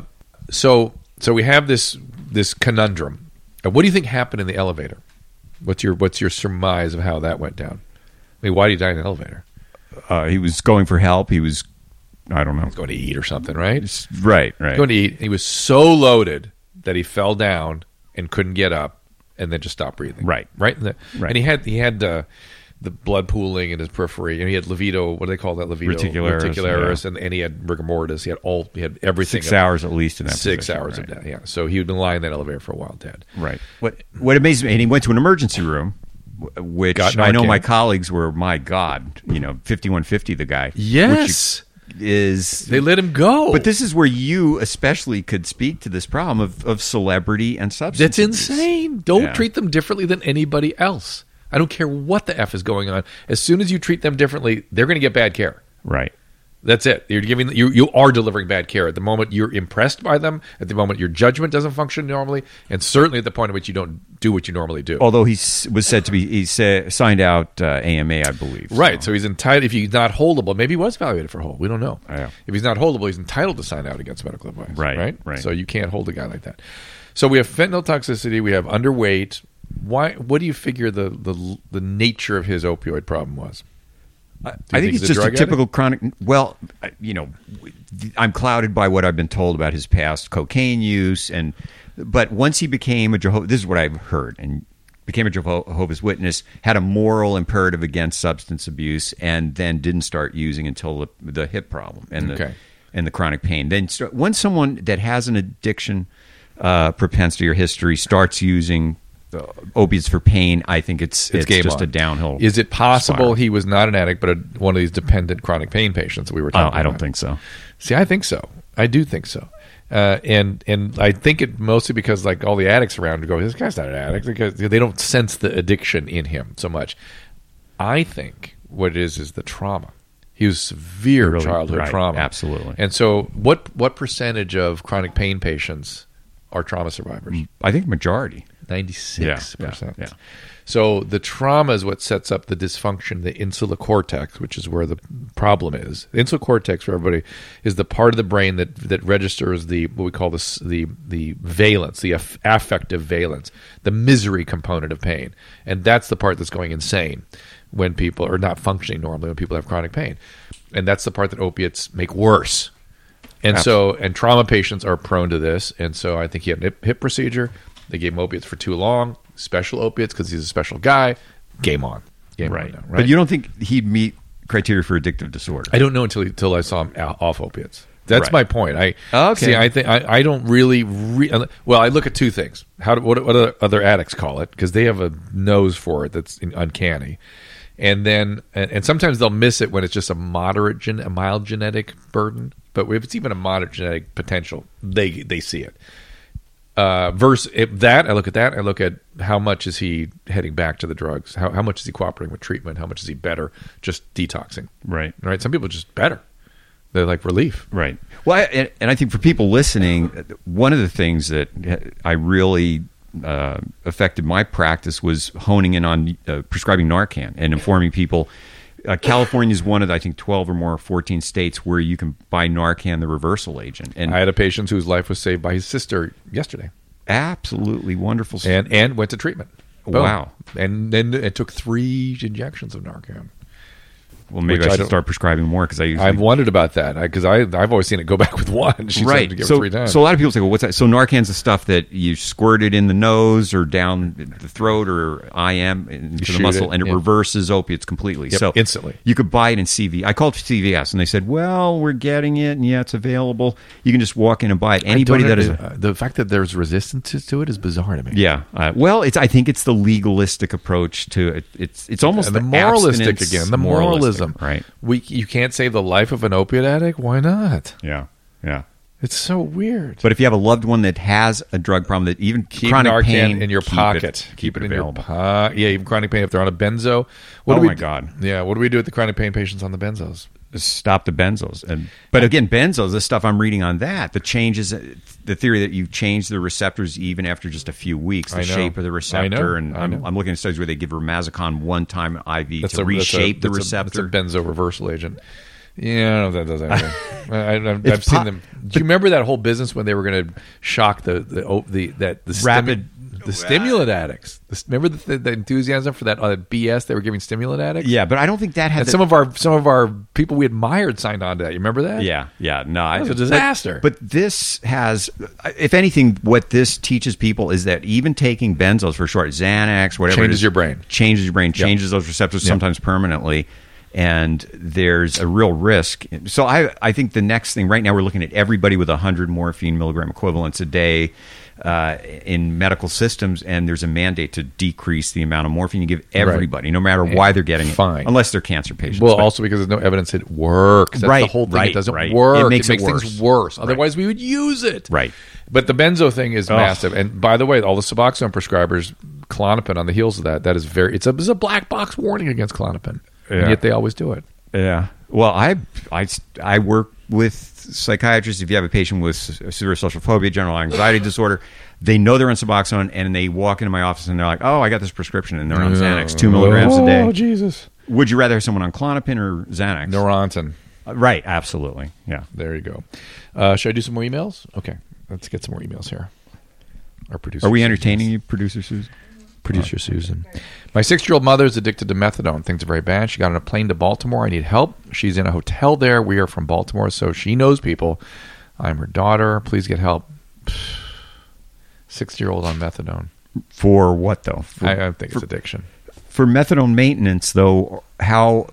Speaker 2: so so we have this this conundrum. Uh, What do you think happened in the elevator? What's your what's your surmise of how that went down? I mean, why do you die in an elevator?
Speaker 5: uh, he was going for help. He was, I don't know.
Speaker 2: Going to eat or something, right?
Speaker 5: Right, right.
Speaker 2: Going to eat. He was so loaded that he fell down and couldn't get up, and then just stopped breathing.
Speaker 5: Right.
Speaker 2: right, and, the-
Speaker 5: Right.
Speaker 2: and he had he had uh, the blood pooling in his periphery, and he had levito. What do they call that? Levito
Speaker 5: Reticularis,
Speaker 2: reticularis, and, and he had rigor mortis. He had all he had everything.
Speaker 5: six
Speaker 2: up-
Speaker 5: hours at least in that
Speaker 2: Six
Speaker 5: position,
Speaker 2: hours
Speaker 5: right.
Speaker 2: of that. Yeah. So he had been lying in that elevator for a while, dead.
Speaker 5: Right. What what amazes me, and he went to an emergency room, wh- which
Speaker 2: Got
Speaker 5: I know
Speaker 2: Narcan.
Speaker 5: my colleagues were. My God, you know, fifty one fifty. The guy.
Speaker 2: Yes.
Speaker 5: which is
Speaker 2: They let him go.
Speaker 5: But this is where you especially could speak to this problem of, of celebrity and substance.
Speaker 2: That's insane. Don't
Speaker 5: Yeah.
Speaker 2: treat them differently than anybody else. I don't care what the f is going on. As soon as you treat them differently, they're going to get bad care.
Speaker 5: Right.
Speaker 2: That's it. You're giving you you are delivering bad care at the moment you're impressed by them. At the moment your judgment doesn't function normally, and certainly at the point at which you don't do what you normally do.
Speaker 5: Although he s- was said to be, he sa- signed out uh, AMA, I believe. so.
Speaker 2: Right. So he's entitled. If he's not holdable, maybe he was evaluated for hold. We don't know.
Speaker 5: Yeah.
Speaker 2: If he's not holdable, he's entitled to sign out against medical advice.
Speaker 5: Right,
Speaker 2: Right.
Speaker 5: right.
Speaker 2: So you can't hold a guy like that. So we have fentanyl toxicity. We have underweight. Why? What do you figure the the, the nature of his opioid problem was? Do you
Speaker 5: I think
Speaker 2: he's
Speaker 5: it's
Speaker 2: a
Speaker 5: just a
Speaker 2: drug addict?
Speaker 5: typical chronic. Well, I- you know, I'm clouded by what I've been told about his past cocaine use, and but once he became a Jehovah, this is what I've heard, and became a Jehovah's Witness, had a moral imperative against substance abuse, and then didn't start using until the, the hip problem and the
Speaker 2: Okay.
Speaker 5: and the chronic pain. Then start, once someone that has an addiction uh, propensity or history starts using. uh, Opiates for pain. I think it's it's,
Speaker 2: game
Speaker 5: just
Speaker 2: on.
Speaker 5: a downhill.
Speaker 2: Is it possible
Speaker 5: spiral.
Speaker 2: he was not an addict, but a, one of these dependent chronic pain patients that we were
Speaker 5: Oh,
Speaker 2: talking?
Speaker 5: I don't
Speaker 2: about?
Speaker 5: think so.
Speaker 2: See, I think so. I do think so. Uh, and and I think it mostly because like all the addicts around go, this guy's not an addict because they don't sense the addiction in him so much. I think what it is is the trauma. He was severe
Speaker 5: Really,
Speaker 2: childhood
Speaker 5: right,
Speaker 2: trauma,
Speaker 5: absolutely.
Speaker 2: And so, what what percentage of chronic pain patients are trauma survivors?
Speaker 5: I think majority.
Speaker 2: Ninety six percent.
Speaker 5: Yeah, yeah, yeah.
Speaker 2: So the trauma is what sets up the dysfunction, the insula cortex, which is where the problem is. The insula cortex, for everybody, is the part of the brain that that registers the what we call the s- the the valence, the aff- affective valence, the misery component of pain, and that's the part that's going insane when people are not functioning normally when people have chronic pain, and that's the part that opiates make worse. And so, and trauma patients are prone to this. And so, I think he had a hip, hip procedure. They gave him opiates for too long, special opiates because he's a special guy. Game on, game
Speaker 5: Right.
Speaker 2: on. Now, right?
Speaker 5: But you don't think he'd meet criteria for addictive disorder?
Speaker 2: I don't know until until I saw him o- off opiates. That's
Speaker 5: Right.
Speaker 2: my point. I
Speaker 5: Okay.
Speaker 2: see. I think I, I don't really. Re- uh, well, I look at two things. How do, what, what do other addicts call it? Because they have a nose for it that's in- uncanny. And then and, and sometimes they'll miss it when it's just a moderate gen, a mild genetic burden. But if it's even a moderate genetic potential, they they see it. Uh, verse if that I look at that I look at how much is he heading back to the drugs how how much is he cooperating with treatment how much is he better just detoxing
Speaker 5: Right.
Speaker 2: right? Some people just better. They're like relief.
Speaker 5: Right. Well, I, and, and I think for people listening, one of the things that I really uh, affected my practice was honing in on uh, prescribing Narcan and informing people. Uh, California is one of, the, I think, 12 or more, 14 states where you can buy Narcan, the reversal agent. And
Speaker 2: I had a patient whose life was saved by his sister yesterday.
Speaker 5: absolutely wonderful. s-
Speaker 2: and and went to treatment. Boom.
Speaker 5: Wow.
Speaker 2: And then it took three injections of Narcan.
Speaker 5: well, maybe
Speaker 2: which
Speaker 5: I
Speaker 2: I
Speaker 5: should
Speaker 2: don't-
Speaker 5: start prescribing more because I usually
Speaker 2: I've wondered about that because I, 'cause I I've always seen it go back with one. She said to give it
Speaker 5: so,
Speaker 2: three times.
Speaker 5: so a lot of people say, well, what's that? So Narcan's the stuff that you squirted in the nose or down the throat or IM into
Speaker 2: shoot
Speaker 5: the muscle,
Speaker 2: it,
Speaker 5: and it
Speaker 2: yeah.
Speaker 5: reverses opiates completely.
Speaker 2: Yep,
Speaker 5: so
Speaker 2: instantly.
Speaker 5: you could buy it in CV. I called CVS and they said, well, we're getting it, and yeah, it's available. You can just walk in and buy it.
Speaker 2: I don't
Speaker 5: Anybody that is,
Speaker 2: under- uh, the fact that there's resistance to it is bizarre to me.
Speaker 5: yeah. Uh, well, it's I think it's the legalistic approach to it. It's it's almost
Speaker 2: And the moralistic
Speaker 5: abstinence-
Speaker 2: again, the moralism.
Speaker 5: moralistic, right?
Speaker 2: We you can't save the life of an opiate addict. Why not?
Speaker 5: Yeah, yeah.
Speaker 2: It's so weird.
Speaker 5: But if you have a loved one that has a drug problem, that even
Speaker 2: keep
Speaker 5: chronic
Speaker 2: Narcan
Speaker 5: pain
Speaker 2: in your
Speaker 5: keep it-
Speaker 2: pocket.
Speaker 5: keep it
Speaker 2: in your
Speaker 5: available.
Speaker 2: po- yeah, even chronic pain if they're on a benzo. What
Speaker 5: Oh
Speaker 2: do we
Speaker 5: my God.
Speaker 2: Yeah, what do we do with the chronic pain patients on the benzos?
Speaker 5: stop the benzos. And but again, benzos, the stuff I'm reading on that, the changes, uh, the theory that you change the receptors even after just a few weeks,
Speaker 2: I
Speaker 5: the
Speaker 2: know.
Speaker 5: shape of
Speaker 2: I
Speaker 5: the
Speaker 2: know.
Speaker 5: receptor, and
Speaker 2: I
Speaker 5: I'm,
Speaker 2: know.
Speaker 5: I'm looking at studies where they give romazicon one time IV
Speaker 2: That's
Speaker 5: to
Speaker 2: a
Speaker 5: reshape
Speaker 2: that's a, that's
Speaker 5: the
Speaker 2: a-
Speaker 5: receptor.
Speaker 2: That's a benzo reversal agent. Yeah, I don't know if that does anything. I, I, I've, I've
Speaker 5: It's po-
Speaker 2: seen them. Do you remember that whole business when they were going to shock the the, oh, the that the stimu-
Speaker 5: Rapid-
Speaker 2: the stimulant addicts? The s- remember the, the enthusiasm for that uh, BS they were giving stimulant addicts?
Speaker 5: yeah, but I don't think that had
Speaker 2: and
Speaker 5: the-
Speaker 2: some of our some of our people we admired signed on to that. You remember that?
Speaker 5: Yeah, yeah, no, I-
Speaker 2: was a
Speaker 5: but-
Speaker 2: disaster.
Speaker 5: But, this has, if anything, what this teaches people is that even taking benzos for short, Xanax, whatever, it
Speaker 2: Changes
Speaker 5: is,
Speaker 2: your brain.
Speaker 5: changes your brain, changes those receptors sometimes permanently. And there's a real risk. So I, I think the next thing right now we're looking at everybody with 100 morphine milligram equivalents a day uh, in medical systems, and there's a mandate to decrease the amount of morphine you give everybody, no matter why they're getting
Speaker 2: Fine.
Speaker 5: it, unless they're cancer patients.
Speaker 2: Well,
Speaker 5: But-
Speaker 2: also because there's no evidence it works. That's the
Speaker 5: Right,
Speaker 2: whole thing. it
Speaker 5: right,
Speaker 2: doesn't
Speaker 5: right.
Speaker 2: work.
Speaker 5: It makes it
Speaker 2: things worse.
Speaker 5: worse.
Speaker 2: Otherwise, we would use it.
Speaker 5: Right.
Speaker 2: But the benzo thing is massive. And by the way, all the Suboxone prescribers, clonopin on the heels of that. That is very. It's a it's a black box warning against clonopin. And
Speaker 5: Yeah.
Speaker 2: yet they always do it.
Speaker 5: Yeah. Well, I I I work with psychiatrists. If you have a patient with se- severe social phobia, general anxiety disorder, they know they're on Suboxone, and they walk into my office and they're like, "Oh, I got this prescription," and they're on Xanax, two milligrams a
Speaker 2: Oh
Speaker 5: day.
Speaker 2: Jesus.
Speaker 5: Would you rather have someone on Clonopin or Xanax?
Speaker 2: Neurontin.
Speaker 5: Uh, Right. Absolutely. Yeah.
Speaker 2: There you go. Uh, should I do some more emails? Okay. Let's get some more emails here. Our producer.
Speaker 5: Are we
Speaker 2: Susan.
Speaker 5: entertaining you, producer Susan?
Speaker 2: Producer Susan. My six year old mother is addicted to methadone. Things are very bad. She got on a plane to Baltimore. I need help. She's in a hotel there. We are from Baltimore, so she knows people. I'm her daughter. Please get help. Six year old on methadone.
Speaker 5: For what though? For,
Speaker 2: I, uh, I think it's addiction.
Speaker 5: for methadone maintenance though, how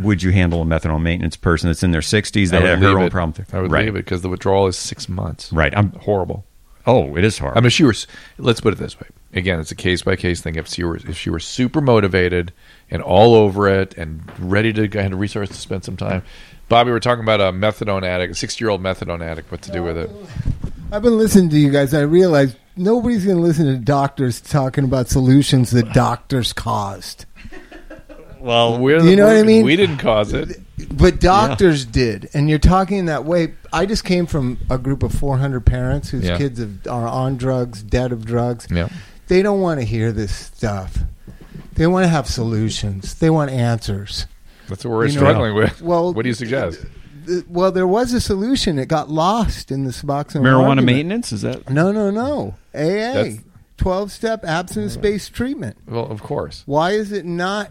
Speaker 5: would you handle a methadone maintenance person that's in their sixties
Speaker 2: I
Speaker 5: that
Speaker 2: would
Speaker 5: had her
Speaker 2: leave
Speaker 5: own
Speaker 2: it.
Speaker 5: problem?
Speaker 2: I would
Speaker 5: right.
Speaker 2: leave it because the withdrawal is six months.
Speaker 5: Right. I'm,
Speaker 2: Horrible.
Speaker 5: oh, it is hard.
Speaker 2: I mean, if she were. s- Let's put it this way. Again, it's a case by case thing. If she were, if she were super motivated and all over it and ready to go ahead and resource to spend some time, Bobby, we're talking about a methadone addict, a sixty year old methadone addict. What to do with it?
Speaker 6: I've been listening to you guys. I realize nobody's going to listen to doctors talking about solutions that doctors caused.
Speaker 5: well,
Speaker 2: We're
Speaker 6: You know what I
Speaker 2: we're-
Speaker 6: mean?
Speaker 2: We didn't cause it.
Speaker 6: But doctors did, and you're talking that way. I just came from a group of 400 parents whose
Speaker 2: Yeah.
Speaker 6: kids have, are on drugs, dead of drugs.
Speaker 2: Yeah.
Speaker 6: They don't want to hear this stuff. They want to have solutions. They want answers.
Speaker 2: That's what we're
Speaker 6: You know,
Speaker 2: struggling with.
Speaker 6: well,
Speaker 2: what do you suggest?
Speaker 6: Th- Well, there was a solution. It got lost in the Suboxone.
Speaker 5: marijuana
Speaker 6: argument.
Speaker 5: maintenance is that
Speaker 6: No, no, no.
Speaker 2: That's-
Speaker 6: AA, 12 step abstinence based treatment.
Speaker 2: Well, of course.
Speaker 6: Why is it not?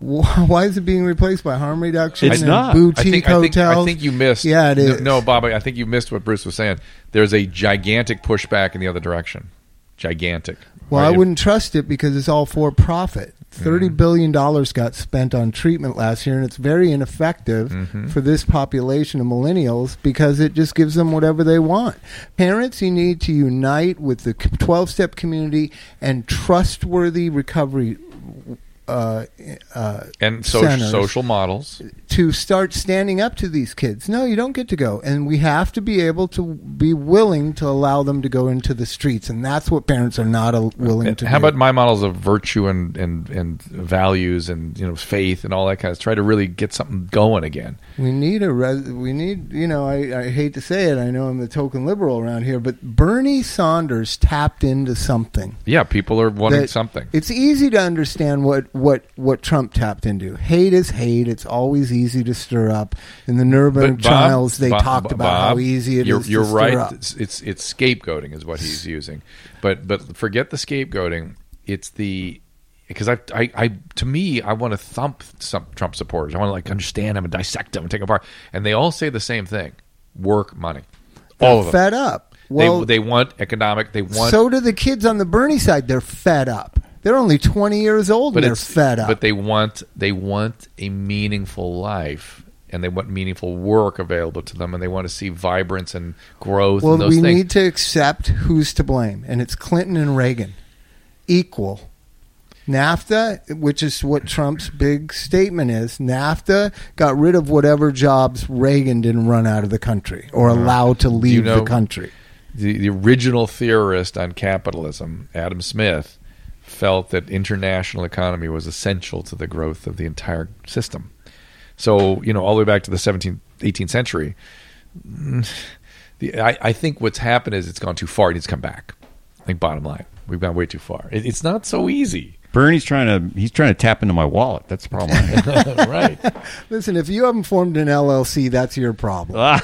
Speaker 6: wh- Why is it being replaced by harm reduction?
Speaker 5: It's
Speaker 6: and
Speaker 5: not.
Speaker 6: boutique
Speaker 2: I think, I think
Speaker 6: hotels.
Speaker 2: I think you missed.
Speaker 6: Yeah, it is.
Speaker 2: No, no, Bobby, I think you missed what Bruce was saying. There's a gigantic pushback in the other direction. Gigantic.
Speaker 6: Well, I
Speaker 2: Right? Mm-hmm.
Speaker 6: wouldn't trust it because it's all for profit. Thirty billion dollars got spent on treatment last year, and it's very ineffective
Speaker 2: Mm-hmm.
Speaker 6: for this population of millennials because it just gives them whatever they want. Parents, you need to unite with the twelve-step community and trustworthy recovery uh, uh,
Speaker 2: and so,
Speaker 6: centers.
Speaker 2: social models.
Speaker 6: to start standing up to these kids. No, you don't get to go. And we have to be able to be willing to allow them to go into the streets. And that's what parents are not uh, willing
Speaker 2: And
Speaker 6: to
Speaker 2: how
Speaker 6: do.
Speaker 2: about my models of virtue and, and, and values and you know faith and all that kind of try to really get something going again.
Speaker 6: we need a res- we need you know I, I hate to say it I know I'm the token liberal around here but Bernie Sanders tapped into something
Speaker 2: Yeah, people are wanting
Speaker 6: that-
Speaker 2: something.
Speaker 6: It's easy to understand what what what Trump tapped into. Hate is hate. It's always easy to stir up. In the Nuremberg
Speaker 2: Bob-
Speaker 6: trials, they
Speaker 2: Bob-
Speaker 6: talked about
Speaker 2: Bob,
Speaker 6: how easy it
Speaker 2: you're,
Speaker 6: is
Speaker 2: you're
Speaker 6: to
Speaker 2: right.
Speaker 6: stir up.
Speaker 2: It's, it's it's scapegoating is what he's using, but but forget the scapegoating. It's the because I, I I to me I want to thump some Trump supporters. I want to like understand them and dissect them and take them apart. And they all say the same thing: work money. All of them.
Speaker 6: Fed up. Well,
Speaker 2: they, they want economic. They want
Speaker 6: so do the kids on the Bernie side. They're fed up. They're only 20 years old and they're
Speaker 2: it's-
Speaker 6: fed up.
Speaker 2: But they want they want a meaningful life, and they want meaningful work available to them, and they want to see vibrance and growth.
Speaker 6: well,
Speaker 2: and those
Speaker 6: we
Speaker 2: things.
Speaker 6: need to accept who's to blame, and it's Clinton and Reagan. Equal. NAFTA, which is what Trump's big statement is, NAFTA got rid of whatever jobs Reagan didn't run out of the country or allow to leave
Speaker 2: Mm. know-
Speaker 6: the country.
Speaker 2: the, the original theorist on capitalism, Adam Smith, felt that international economy was essential to the growth of the entire system. So, you know, all the way back to the 17th, 18th century, mm, the, I, I think what's happened is it's gone too far. It needs to come back. I think bottom line, we've gone way too far. It, it's not so easy.
Speaker 5: Bernie's trying to he's trying to tap into my wallet. That's the problem. I have.
Speaker 2: right.
Speaker 6: Listen, if you haven't formed an LLC, that's your problem.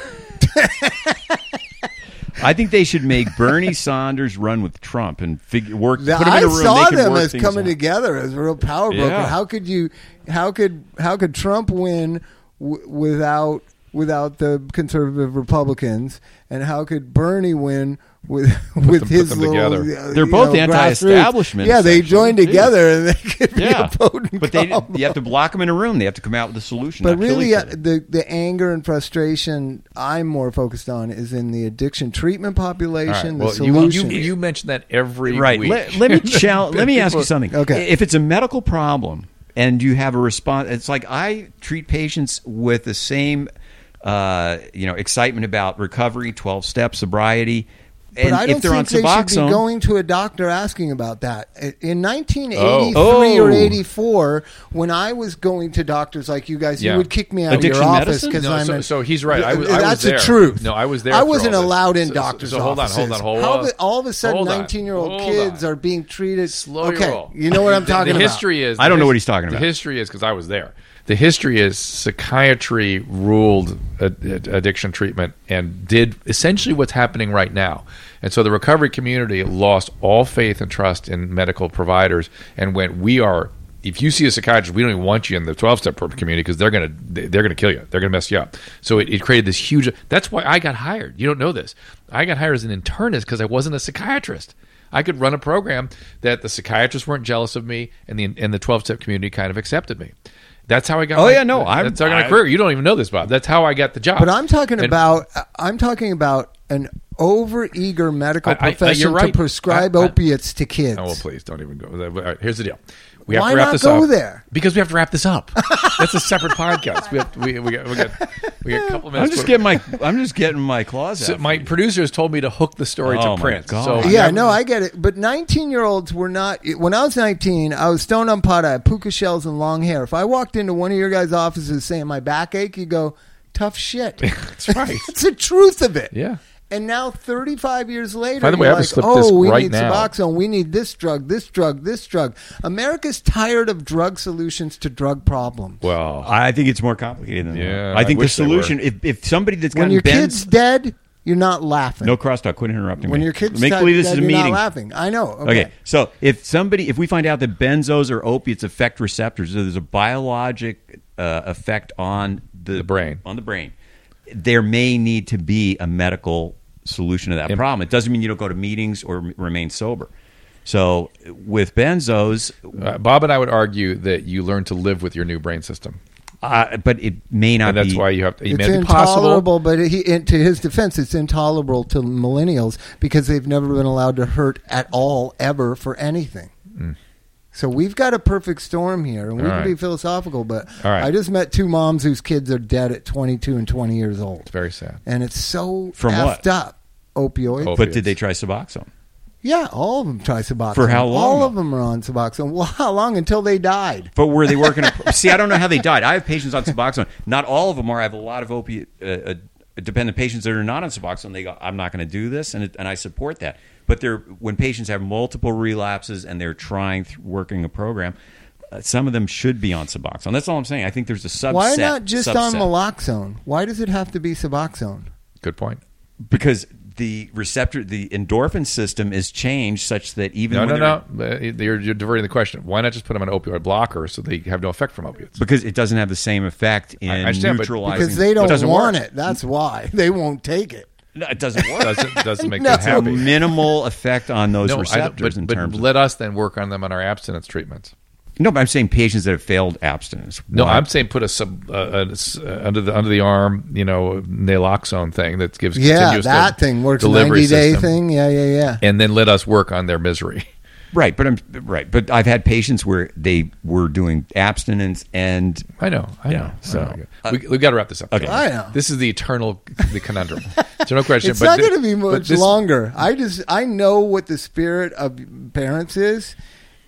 Speaker 5: I think they should make Bernie Sanders run with Trump and figure work.
Speaker 6: The-
Speaker 5: put him
Speaker 6: I
Speaker 5: in a room, they
Speaker 6: saw
Speaker 5: can
Speaker 6: them
Speaker 5: work
Speaker 6: as
Speaker 5: things
Speaker 6: coming
Speaker 5: out.
Speaker 6: together as a real power broker.
Speaker 5: Yeah.
Speaker 6: How could you? How could how could Trump win w- without without the conservative Republicans, and how could Bernie win with
Speaker 2: them-
Speaker 6: with
Speaker 2: put
Speaker 6: his
Speaker 2: them
Speaker 6: little?
Speaker 2: together.
Speaker 6: uh,
Speaker 5: They're
Speaker 6: you
Speaker 5: both
Speaker 6: know,
Speaker 5: anti-establishment,
Speaker 6: grassroots. Yeah, they
Speaker 5: essentially.
Speaker 6: joined
Speaker 5: Jeez.
Speaker 6: together and they could be
Speaker 5: Yeah,
Speaker 6: a potent.
Speaker 5: but they
Speaker 6: combo.
Speaker 5: you have to block them in a room. They have to come out with a solution.
Speaker 6: But
Speaker 5: not kill
Speaker 6: really,
Speaker 5: each
Speaker 6: uh,
Speaker 5: other.
Speaker 6: the the anger and frustration I'm more focused on is in the addiction treatment
Speaker 2: All right.
Speaker 6: population. the
Speaker 2: Well, you, you,
Speaker 6: solution.
Speaker 2: you mention that every
Speaker 5: right.
Speaker 2: week.
Speaker 5: Let, let me challenge. let me ask you something.
Speaker 6: Okay.
Speaker 5: If it's a medical problem and you have a response, it's like I treat patients with the same, uh, you know, excitement about recovery, twelve step sobriety, and
Speaker 6: but I don't
Speaker 5: if they're on
Speaker 6: think they should
Speaker 5: Suboxone,
Speaker 6: be going to a doctor asking about that. In 1983
Speaker 5: Oh.
Speaker 6: or
Speaker 5: Oh.
Speaker 6: 84, when I was going to doctors like you guys,
Speaker 2: Yeah.
Speaker 6: you would kick me out
Speaker 5: Addiction
Speaker 6: of your office
Speaker 5: medicine?
Speaker 6: because
Speaker 2: No,
Speaker 6: I'm.
Speaker 2: so,
Speaker 6: in-
Speaker 2: so he's right. I was,
Speaker 6: That's
Speaker 2: I was
Speaker 6: the
Speaker 2: there.
Speaker 6: truth.
Speaker 2: No, I was there.
Speaker 6: I
Speaker 2: for all
Speaker 6: wasn't
Speaker 2: this.
Speaker 6: allowed in
Speaker 2: So- so-
Speaker 6: doctors'
Speaker 2: So, hold on, hold on,
Speaker 6: offices.
Speaker 2: hold
Speaker 6: How
Speaker 2: on.
Speaker 6: the- all of a sudden,
Speaker 2: Hold on,
Speaker 6: 19 year old
Speaker 2: hold
Speaker 6: kids
Speaker 2: on.
Speaker 6: are being treated.
Speaker 2: Slow
Speaker 6: okay,
Speaker 2: your roll.
Speaker 6: you know what I'm
Speaker 2: The-
Speaker 6: talking
Speaker 2: the
Speaker 6: about.
Speaker 2: history is.
Speaker 5: I don't know
Speaker 2: the
Speaker 5: what
Speaker 2: his-
Speaker 5: he's talking about.
Speaker 2: The history is because I was there. The history is psychiatry ruled ad- ad- addiction treatment and did essentially what's happening right now. And so the recovery community lost all faith and trust in medical providers and went, "We are." If you see a psychiatrist, we don't even want you in the twelve-step community because they're gonna they're gonna kill you. They're gonna mess you up. So it, it created this huge. That's why I got hired. You don't know this. I got hired as an internist because I wasn't a psychiatrist. I could run a program that the psychiatrists weren't jealous of me, and the and the twelve step community kind of accepted me. That's how I got.
Speaker 5: Oh,
Speaker 2: my-
Speaker 5: yeah, no, I'm-
Speaker 2: that's how I got a
Speaker 5: I-
Speaker 2: career. You don't even know this, Bob. That's how I got the job.
Speaker 6: But I'm talking
Speaker 2: And-
Speaker 6: about I'm talking about an overeager medical
Speaker 2: I- I- I- you're
Speaker 6: profession
Speaker 2: right.
Speaker 6: to prescribe
Speaker 2: I- I-
Speaker 6: opiates to kids.
Speaker 2: Oh, well, please don't even go. All right, here's the deal. We have
Speaker 6: Why
Speaker 2: to wrap
Speaker 6: not
Speaker 2: this
Speaker 6: go
Speaker 2: up
Speaker 6: there?
Speaker 2: because we have to wrap this up. That's a separate podcast. We have to, we we got we got we got a couple minutes.
Speaker 5: I'm just
Speaker 2: But-
Speaker 5: getting my I'm just getting my claws
Speaker 2: so
Speaker 5: out.
Speaker 2: my producers told me to hook the story
Speaker 5: Oh,
Speaker 2: to
Speaker 5: my
Speaker 2: Prince.
Speaker 5: God.
Speaker 2: So
Speaker 6: Yeah, no, I get it. But 19 year olds were not. When I was 19, I was stoned on pot. I had puka shells and long hair. If I walked into one of your guys' offices saying my back ache, you go, tough shit.
Speaker 2: that's right.
Speaker 6: That's the truth of it.
Speaker 2: Yeah.
Speaker 6: And now, 35 years later,
Speaker 2: By the way,
Speaker 6: you're
Speaker 2: I have a
Speaker 6: like,
Speaker 2: slip
Speaker 6: oh,
Speaker 2: disc
Speaker 6: we
Speaker 2: right
Speaker 6: need
Speaker 2: now."
Speaker 6: Suboxone. We need this drug, this drug, this drug. America's tired of drug solutions to drug problems.
Speaker 2: Well,
Speaker 5: I think it's more complicated than
Speaker 2: Yeah,
Speaker 5: that. I
Speaker 2: I
Speaker 5: think the
Speaker 2: wish they
Speaker 5: solution if, if somebody that's
Speaker 6: when
Speaker 5: gotten
Speaker 6: your
Speaker 5: bent-
Speaker 6: kid's dead, you're not laughing.
Speaker 5: no crosstalk, quit interrupting
Speaker 6: When
Speaker 5: me.
Speaker 6: your kid's
Speaker 5: make
Speaker 6: ti-
Speaker 5: believe this
Speaker 6: dead,
Speaker 5: is a
Speaker 6: you're
Speaker 5: meeting.
Speaker 6: not laughing. I know.
Speaker 5: Okay.
Speaker 6: okay.
Speaker 5: So if somebody, if we find out that benzos or opiates affect receptors, so there's a biologic uh, effect on the,
Speaker 2: The brain.
Speaker 5: On the brain, there may need to be a medical solution to that problem. It doesn't mean you don't go to meetings or m- remain sober. So with benzos,
Speaker 2: uh, Bob and I would argue that you learn to live with your new brain system,
Speaker 5: uh, but it may not.
Speaker 2: and that's
Speaker 5: be,
Speaker 2: why you have. It
Speaker 6: It's
Speaker 2: may be possible.
Speaker 6: intolerable, but he, and to his defense, it's intolerable to millennials because they've never been allowed to hurt at all, ever, for anything. So we've got a perfect storm here, and we
Speaker 2: Mm. All
Speaker 6: can
Speaker 2: right.
Speaker 6: be philosophical. But
Speaker 2: All right.
Speaker 6: I just met two moms whose kids are dead at 22 and 20 years old. It's
Speaker 2: very sad.
Speaker 6: and it's so
Speaker 5: From
Speaker 6: effed
Speaker 5: what?
Speaker 6: up. Opioids.
Speaker 2: Op-
Speaker 5: But did they try Suboxone?
Speaker 6: yeah, all of them try Suboxone.
Speaker 5: For how long,
Speaker 6: All
Speaker 5: though?
Speaker 6: of them are on Suboxone. Well, how long until they died?
Speaker 5: But were they working? A, see, I don't know how they died. I have patients on Suboxone. Not all of them are. I have a lot of opiate uh, uh, dependent patients that are not on Suboxone. They go, I'm not going to do this, and it, and I support that. But they're when patients have multiple relapses and they're trying th- working a program. uh, some of them should be on Suboxone. That's all I'm saying. I think there's a subset.
Speaker 6: Why not just on
Speaker 5: subset.
Speaker 6: Naloxone? Why does it have to be Suboxone?
Speaker 2: Good point.
Speaker 5: because the receptor, the endorphin system is changed such that even
Speaker 2: No,
Speaker 5: when
Speaker 2: no,
Speaker 5: they're-
Speaker 2: no. Uh, You're, you're diverting the question. Why not just put them on an opioid blocker so they have no effect from opiates?
Speaker 5: because it doesn't have the same effect in
Speaker 2: I understand, but-
Speaker 5: neutralizing
Speaker 6: Because they don't
Speaker 5: doesn't
Speaker 6: want
Speaker 5: work.
Speaker 6: it. That's why they won't take it.
Speaker 5: No, it doesn't work.
Speaker 2: Doesn't doesn't make
Speaker 6: No.
Speaker 2: them
Speaker 5: So
Speaker 2: happy.
Speaker 5: minimal effect on those
Speaker 2: No, I don't-
Speaker 5: receptors
Speaker 2: but,
Speaker 5: in
Speaker 2: but
Speaker 5: terms. of,
Speaker 2: let us then work on them on our abstinence treatments.
Speaker 5: no, but I'm saying patients that have failed abstinence.
Speaker 2: No,
Speaker 5: Why?
Speaker 2: I'm saying put a sub uh, uh, s- uh, under the under the arm, you know, naloxone thing that gives
Speaker 6: Yeah,
Speaker 2: continuous
Speaker 6: that
Speaker 2: de-
Speaker 6: thing works.
Speaker 2: delivery
Speaker 6: Ninety day
Speaker 2: system,
Speaker 6: thing. Yeah, yeah, yeah.
Speaker 2: and then let us work on their misery.
Speaker 5: right, but I'm right, but I've had patients where they were doing abstinence and
Speaker 2: I know, I
Speaker 5: Yeah,
Speaker 2: know.
Speaker 5: so-
Speaker 2: I know. we, we've got to wrap this up.
Speaker 5: Okay.
Speaker 6: I know.
Speaker 2: This is the eternal the conundrum. There's no question.
Speaker 6: It's
Speaker 2: but
Speaker 6: not
Speaker 2: thi-
Speaker 6: going to be
Speaker 2: but
Speaker 6: much
Speaker 2: this-
Speaker 6: longer. I just I know what the spirit of parents is,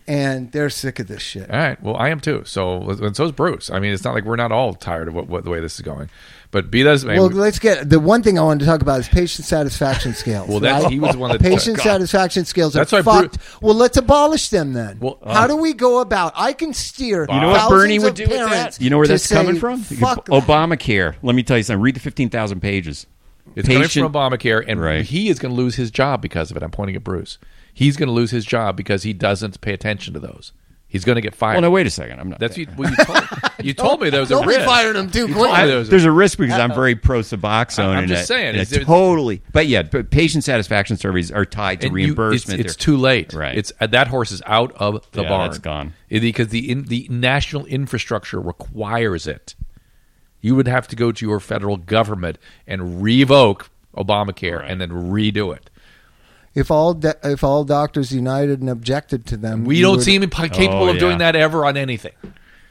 Speaker 6: and they're sick of this shit.
Speaker 2: All right. Well, I am too. So and so is Bruce. I mean, it's not like we're not all tired of what, what the way this is going. But be that as it may,
Speaker 6: Well,
Speaker 2: we-
Speaker 6: let's get the one thing I wanted to talk about is patient satisfaction scales.
Speaker 2: Well, that's-
Speaker 6: right?
Speaker 2: he was the one that-
Speaker 6: patient
Speaker 2: God.
Speaker 6: satisfaction scales
Speaker 2: That's why
Speaker 6: are
Speaker 2: Bru-
Speaker 6: fucked. well, let's abolish them then.
Speaker 2: Well, uh,
Speaker 6: How do we go about? I can steer.
Speaker 2: You know what
Speaker 6: thousands
Speaker 5: Bernie would
Speaker 6: of
Speaker 5: do with
Speaker 6: parents
Speaker 5: that. You know where
Speaker 6: to
Speaker 5: that's
Speaker 6: say,
Speaker 5: coming from?
Speaker 6: Fuck
Speaker 2: oh,
Speaker 6: that.
Speaker 5: Obamacare. Let me tell you something. Read the fifteen thousand pages.
Speaker 2: It's
Speaker 5: Patient-
Speaker 2: coming from Obamacare, and
Speaker 5: Right.
Speaker 2: he is going to lose his job because of it. I'm pointing at Bruce. He's going to lose his job because he doesn't pay attention to those. He's going to get fired.
Speaker 5: Well, no, wait a second. I'm not.
Speaker 2: That's what you, well, you, told, you told me there was a
Speaker 6: Don't be
Speaker 2: risk.
Speaker 6: firing them
Speaker 2: You
Speaker 6: too
Speaker 2: told
Speaker 6: quick.
Speaker 2: me
Speaker 5: I-
Speaker 2: there was a-
Speaker 5: there's a risk because I'm very pro Suboxone.
Speaker 2: I- I'm
Speaker 5: and
Speaker 2: just
Speaker 5: it-
Speaker 2: saying,
Speaker 5: and
Speaker 2: is
Speaker 5: it
Speaker 2: there-
Speaker 5: totally. But yeah, but patient satisfaction surveys are tied to
Speaker 2: and you-
Speaker 5: reimbursement.
Speaker 2: it's, it's
Speaker 5: They're-
Speaker 2: too late.
Speaker 5: Right.
Speaker 2: It's uh, that horse is out of the
Speaker 5: Yeah,
Speaker 2: barn.
Speaker 5: that's gone.
Speaker 2: It- because the in, the national infrastructure requires it. You would have to go to your federal government and revoke Obamacare
Speaker 5: Right.
Speaker 2: and then redo it.
Speaker 6: If all de- if all doctors united and objected to them,
Speaker 2: We
Speaker 6: you
Speaker 2: don't
Speaker 6: would-
Speaker 2: seem impo- capable
Speaker 5: Oh,
Speaker 2: of doing
Speaker 5: yeah.
Speaker 2: that ever on anything.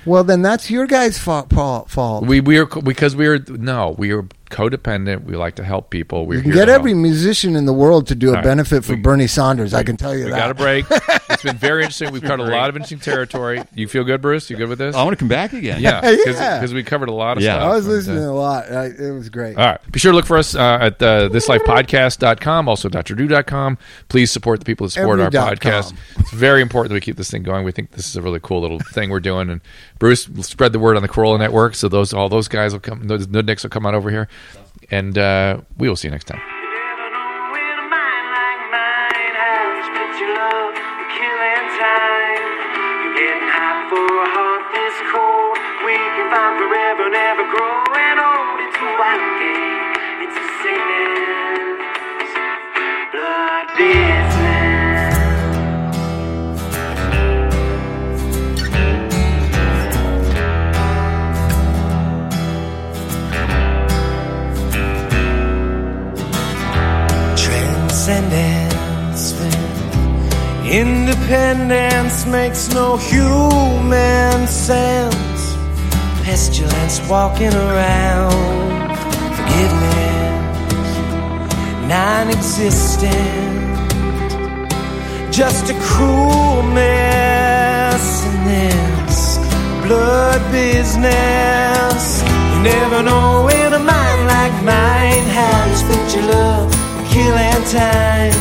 Speaker 6: Well, then that's your guys' fault. fault- fault.
Speaker 2: We we are co- because we are no, we are codependent. We like to help people. We're
Speaker 6: You can
Speaker 2: here
Speaker 6: get
Speaker 2: to
Speaker 6: every
Speaker 2: help.
Speaker 6: musician in the world to do a
Speaker 2: right.
Speaker 6: benefit for
Speaker 2: We-
Speaker 6: Bernie Sanders. I can tell you
Speaker 2: We
Speaker 6: that.
Speaker 2: got a break. it's been very interesting. We've covered a lot of interesting territory. You feel good, Bruce? You good with this?
Speaker 5: I want to come back again.
Speaker 2: yeah, because
Speaker 6: Yeah.
Speaker 2: we covered a lot of
Speaker 5: Yeah.
Speaker 2: stuff.
Speaker 6: I was
Speaker 2: And, uh,
Speaker 6: listening a lot. I, it was great.
Speaker 2: All right. Be sure to look for us uh, at uh, thislifepodcast.com, also drdrew.com. Please support the people that support
Speaker 6: Every
Speaker 2: our
Speaker 6: dot
Speaker 2: podcast.
Speaker 6: com.
Speaker 2: It's very important that we keep this thing going. We think this is a really cool little thing we're doing. And Bruce, spread the word on the Corolla Network so those all those guys will come, those nudniks will come on over here. And uh, we will see you next time.
Speaker 7: never know when a mind like mine has put your love to killing time. You're getting hot for a heart this cold. We can fight forever, never growing old. It's a wild game, it's a sickness. Blood business.
Speaker 8: Transcendence then. Independence makes no human sense. Pestilence walking around. Forgiveness non existent. Just a cruel mess in this blood business. You never know when a mind like mine has but your love killing time.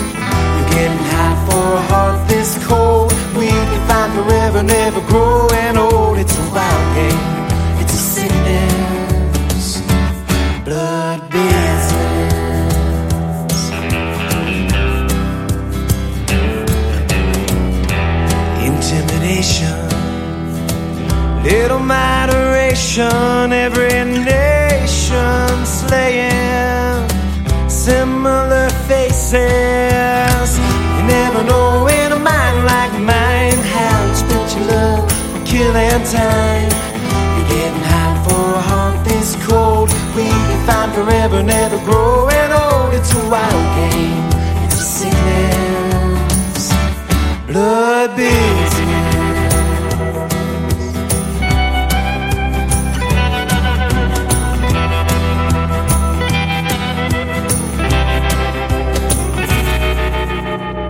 Speaker 8: You're getting high for a heart this cold. We can find forever, never growing old. It's a wild game. It's a sickness. Blood business. intimidation, little moderation, every nation slaying similar faces. You never know when a mind like mine has but your love for killing time. You're getting hot for a heart this cold. We can find forever, never growing old. It's a wild game. It's a sickness blood business.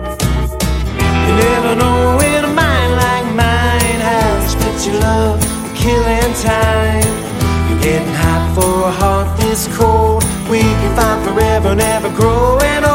Speaker 8: You never know when a mind like mine has but your love for killing time. You're getting hot for a heart this cold. We can find forever, never growing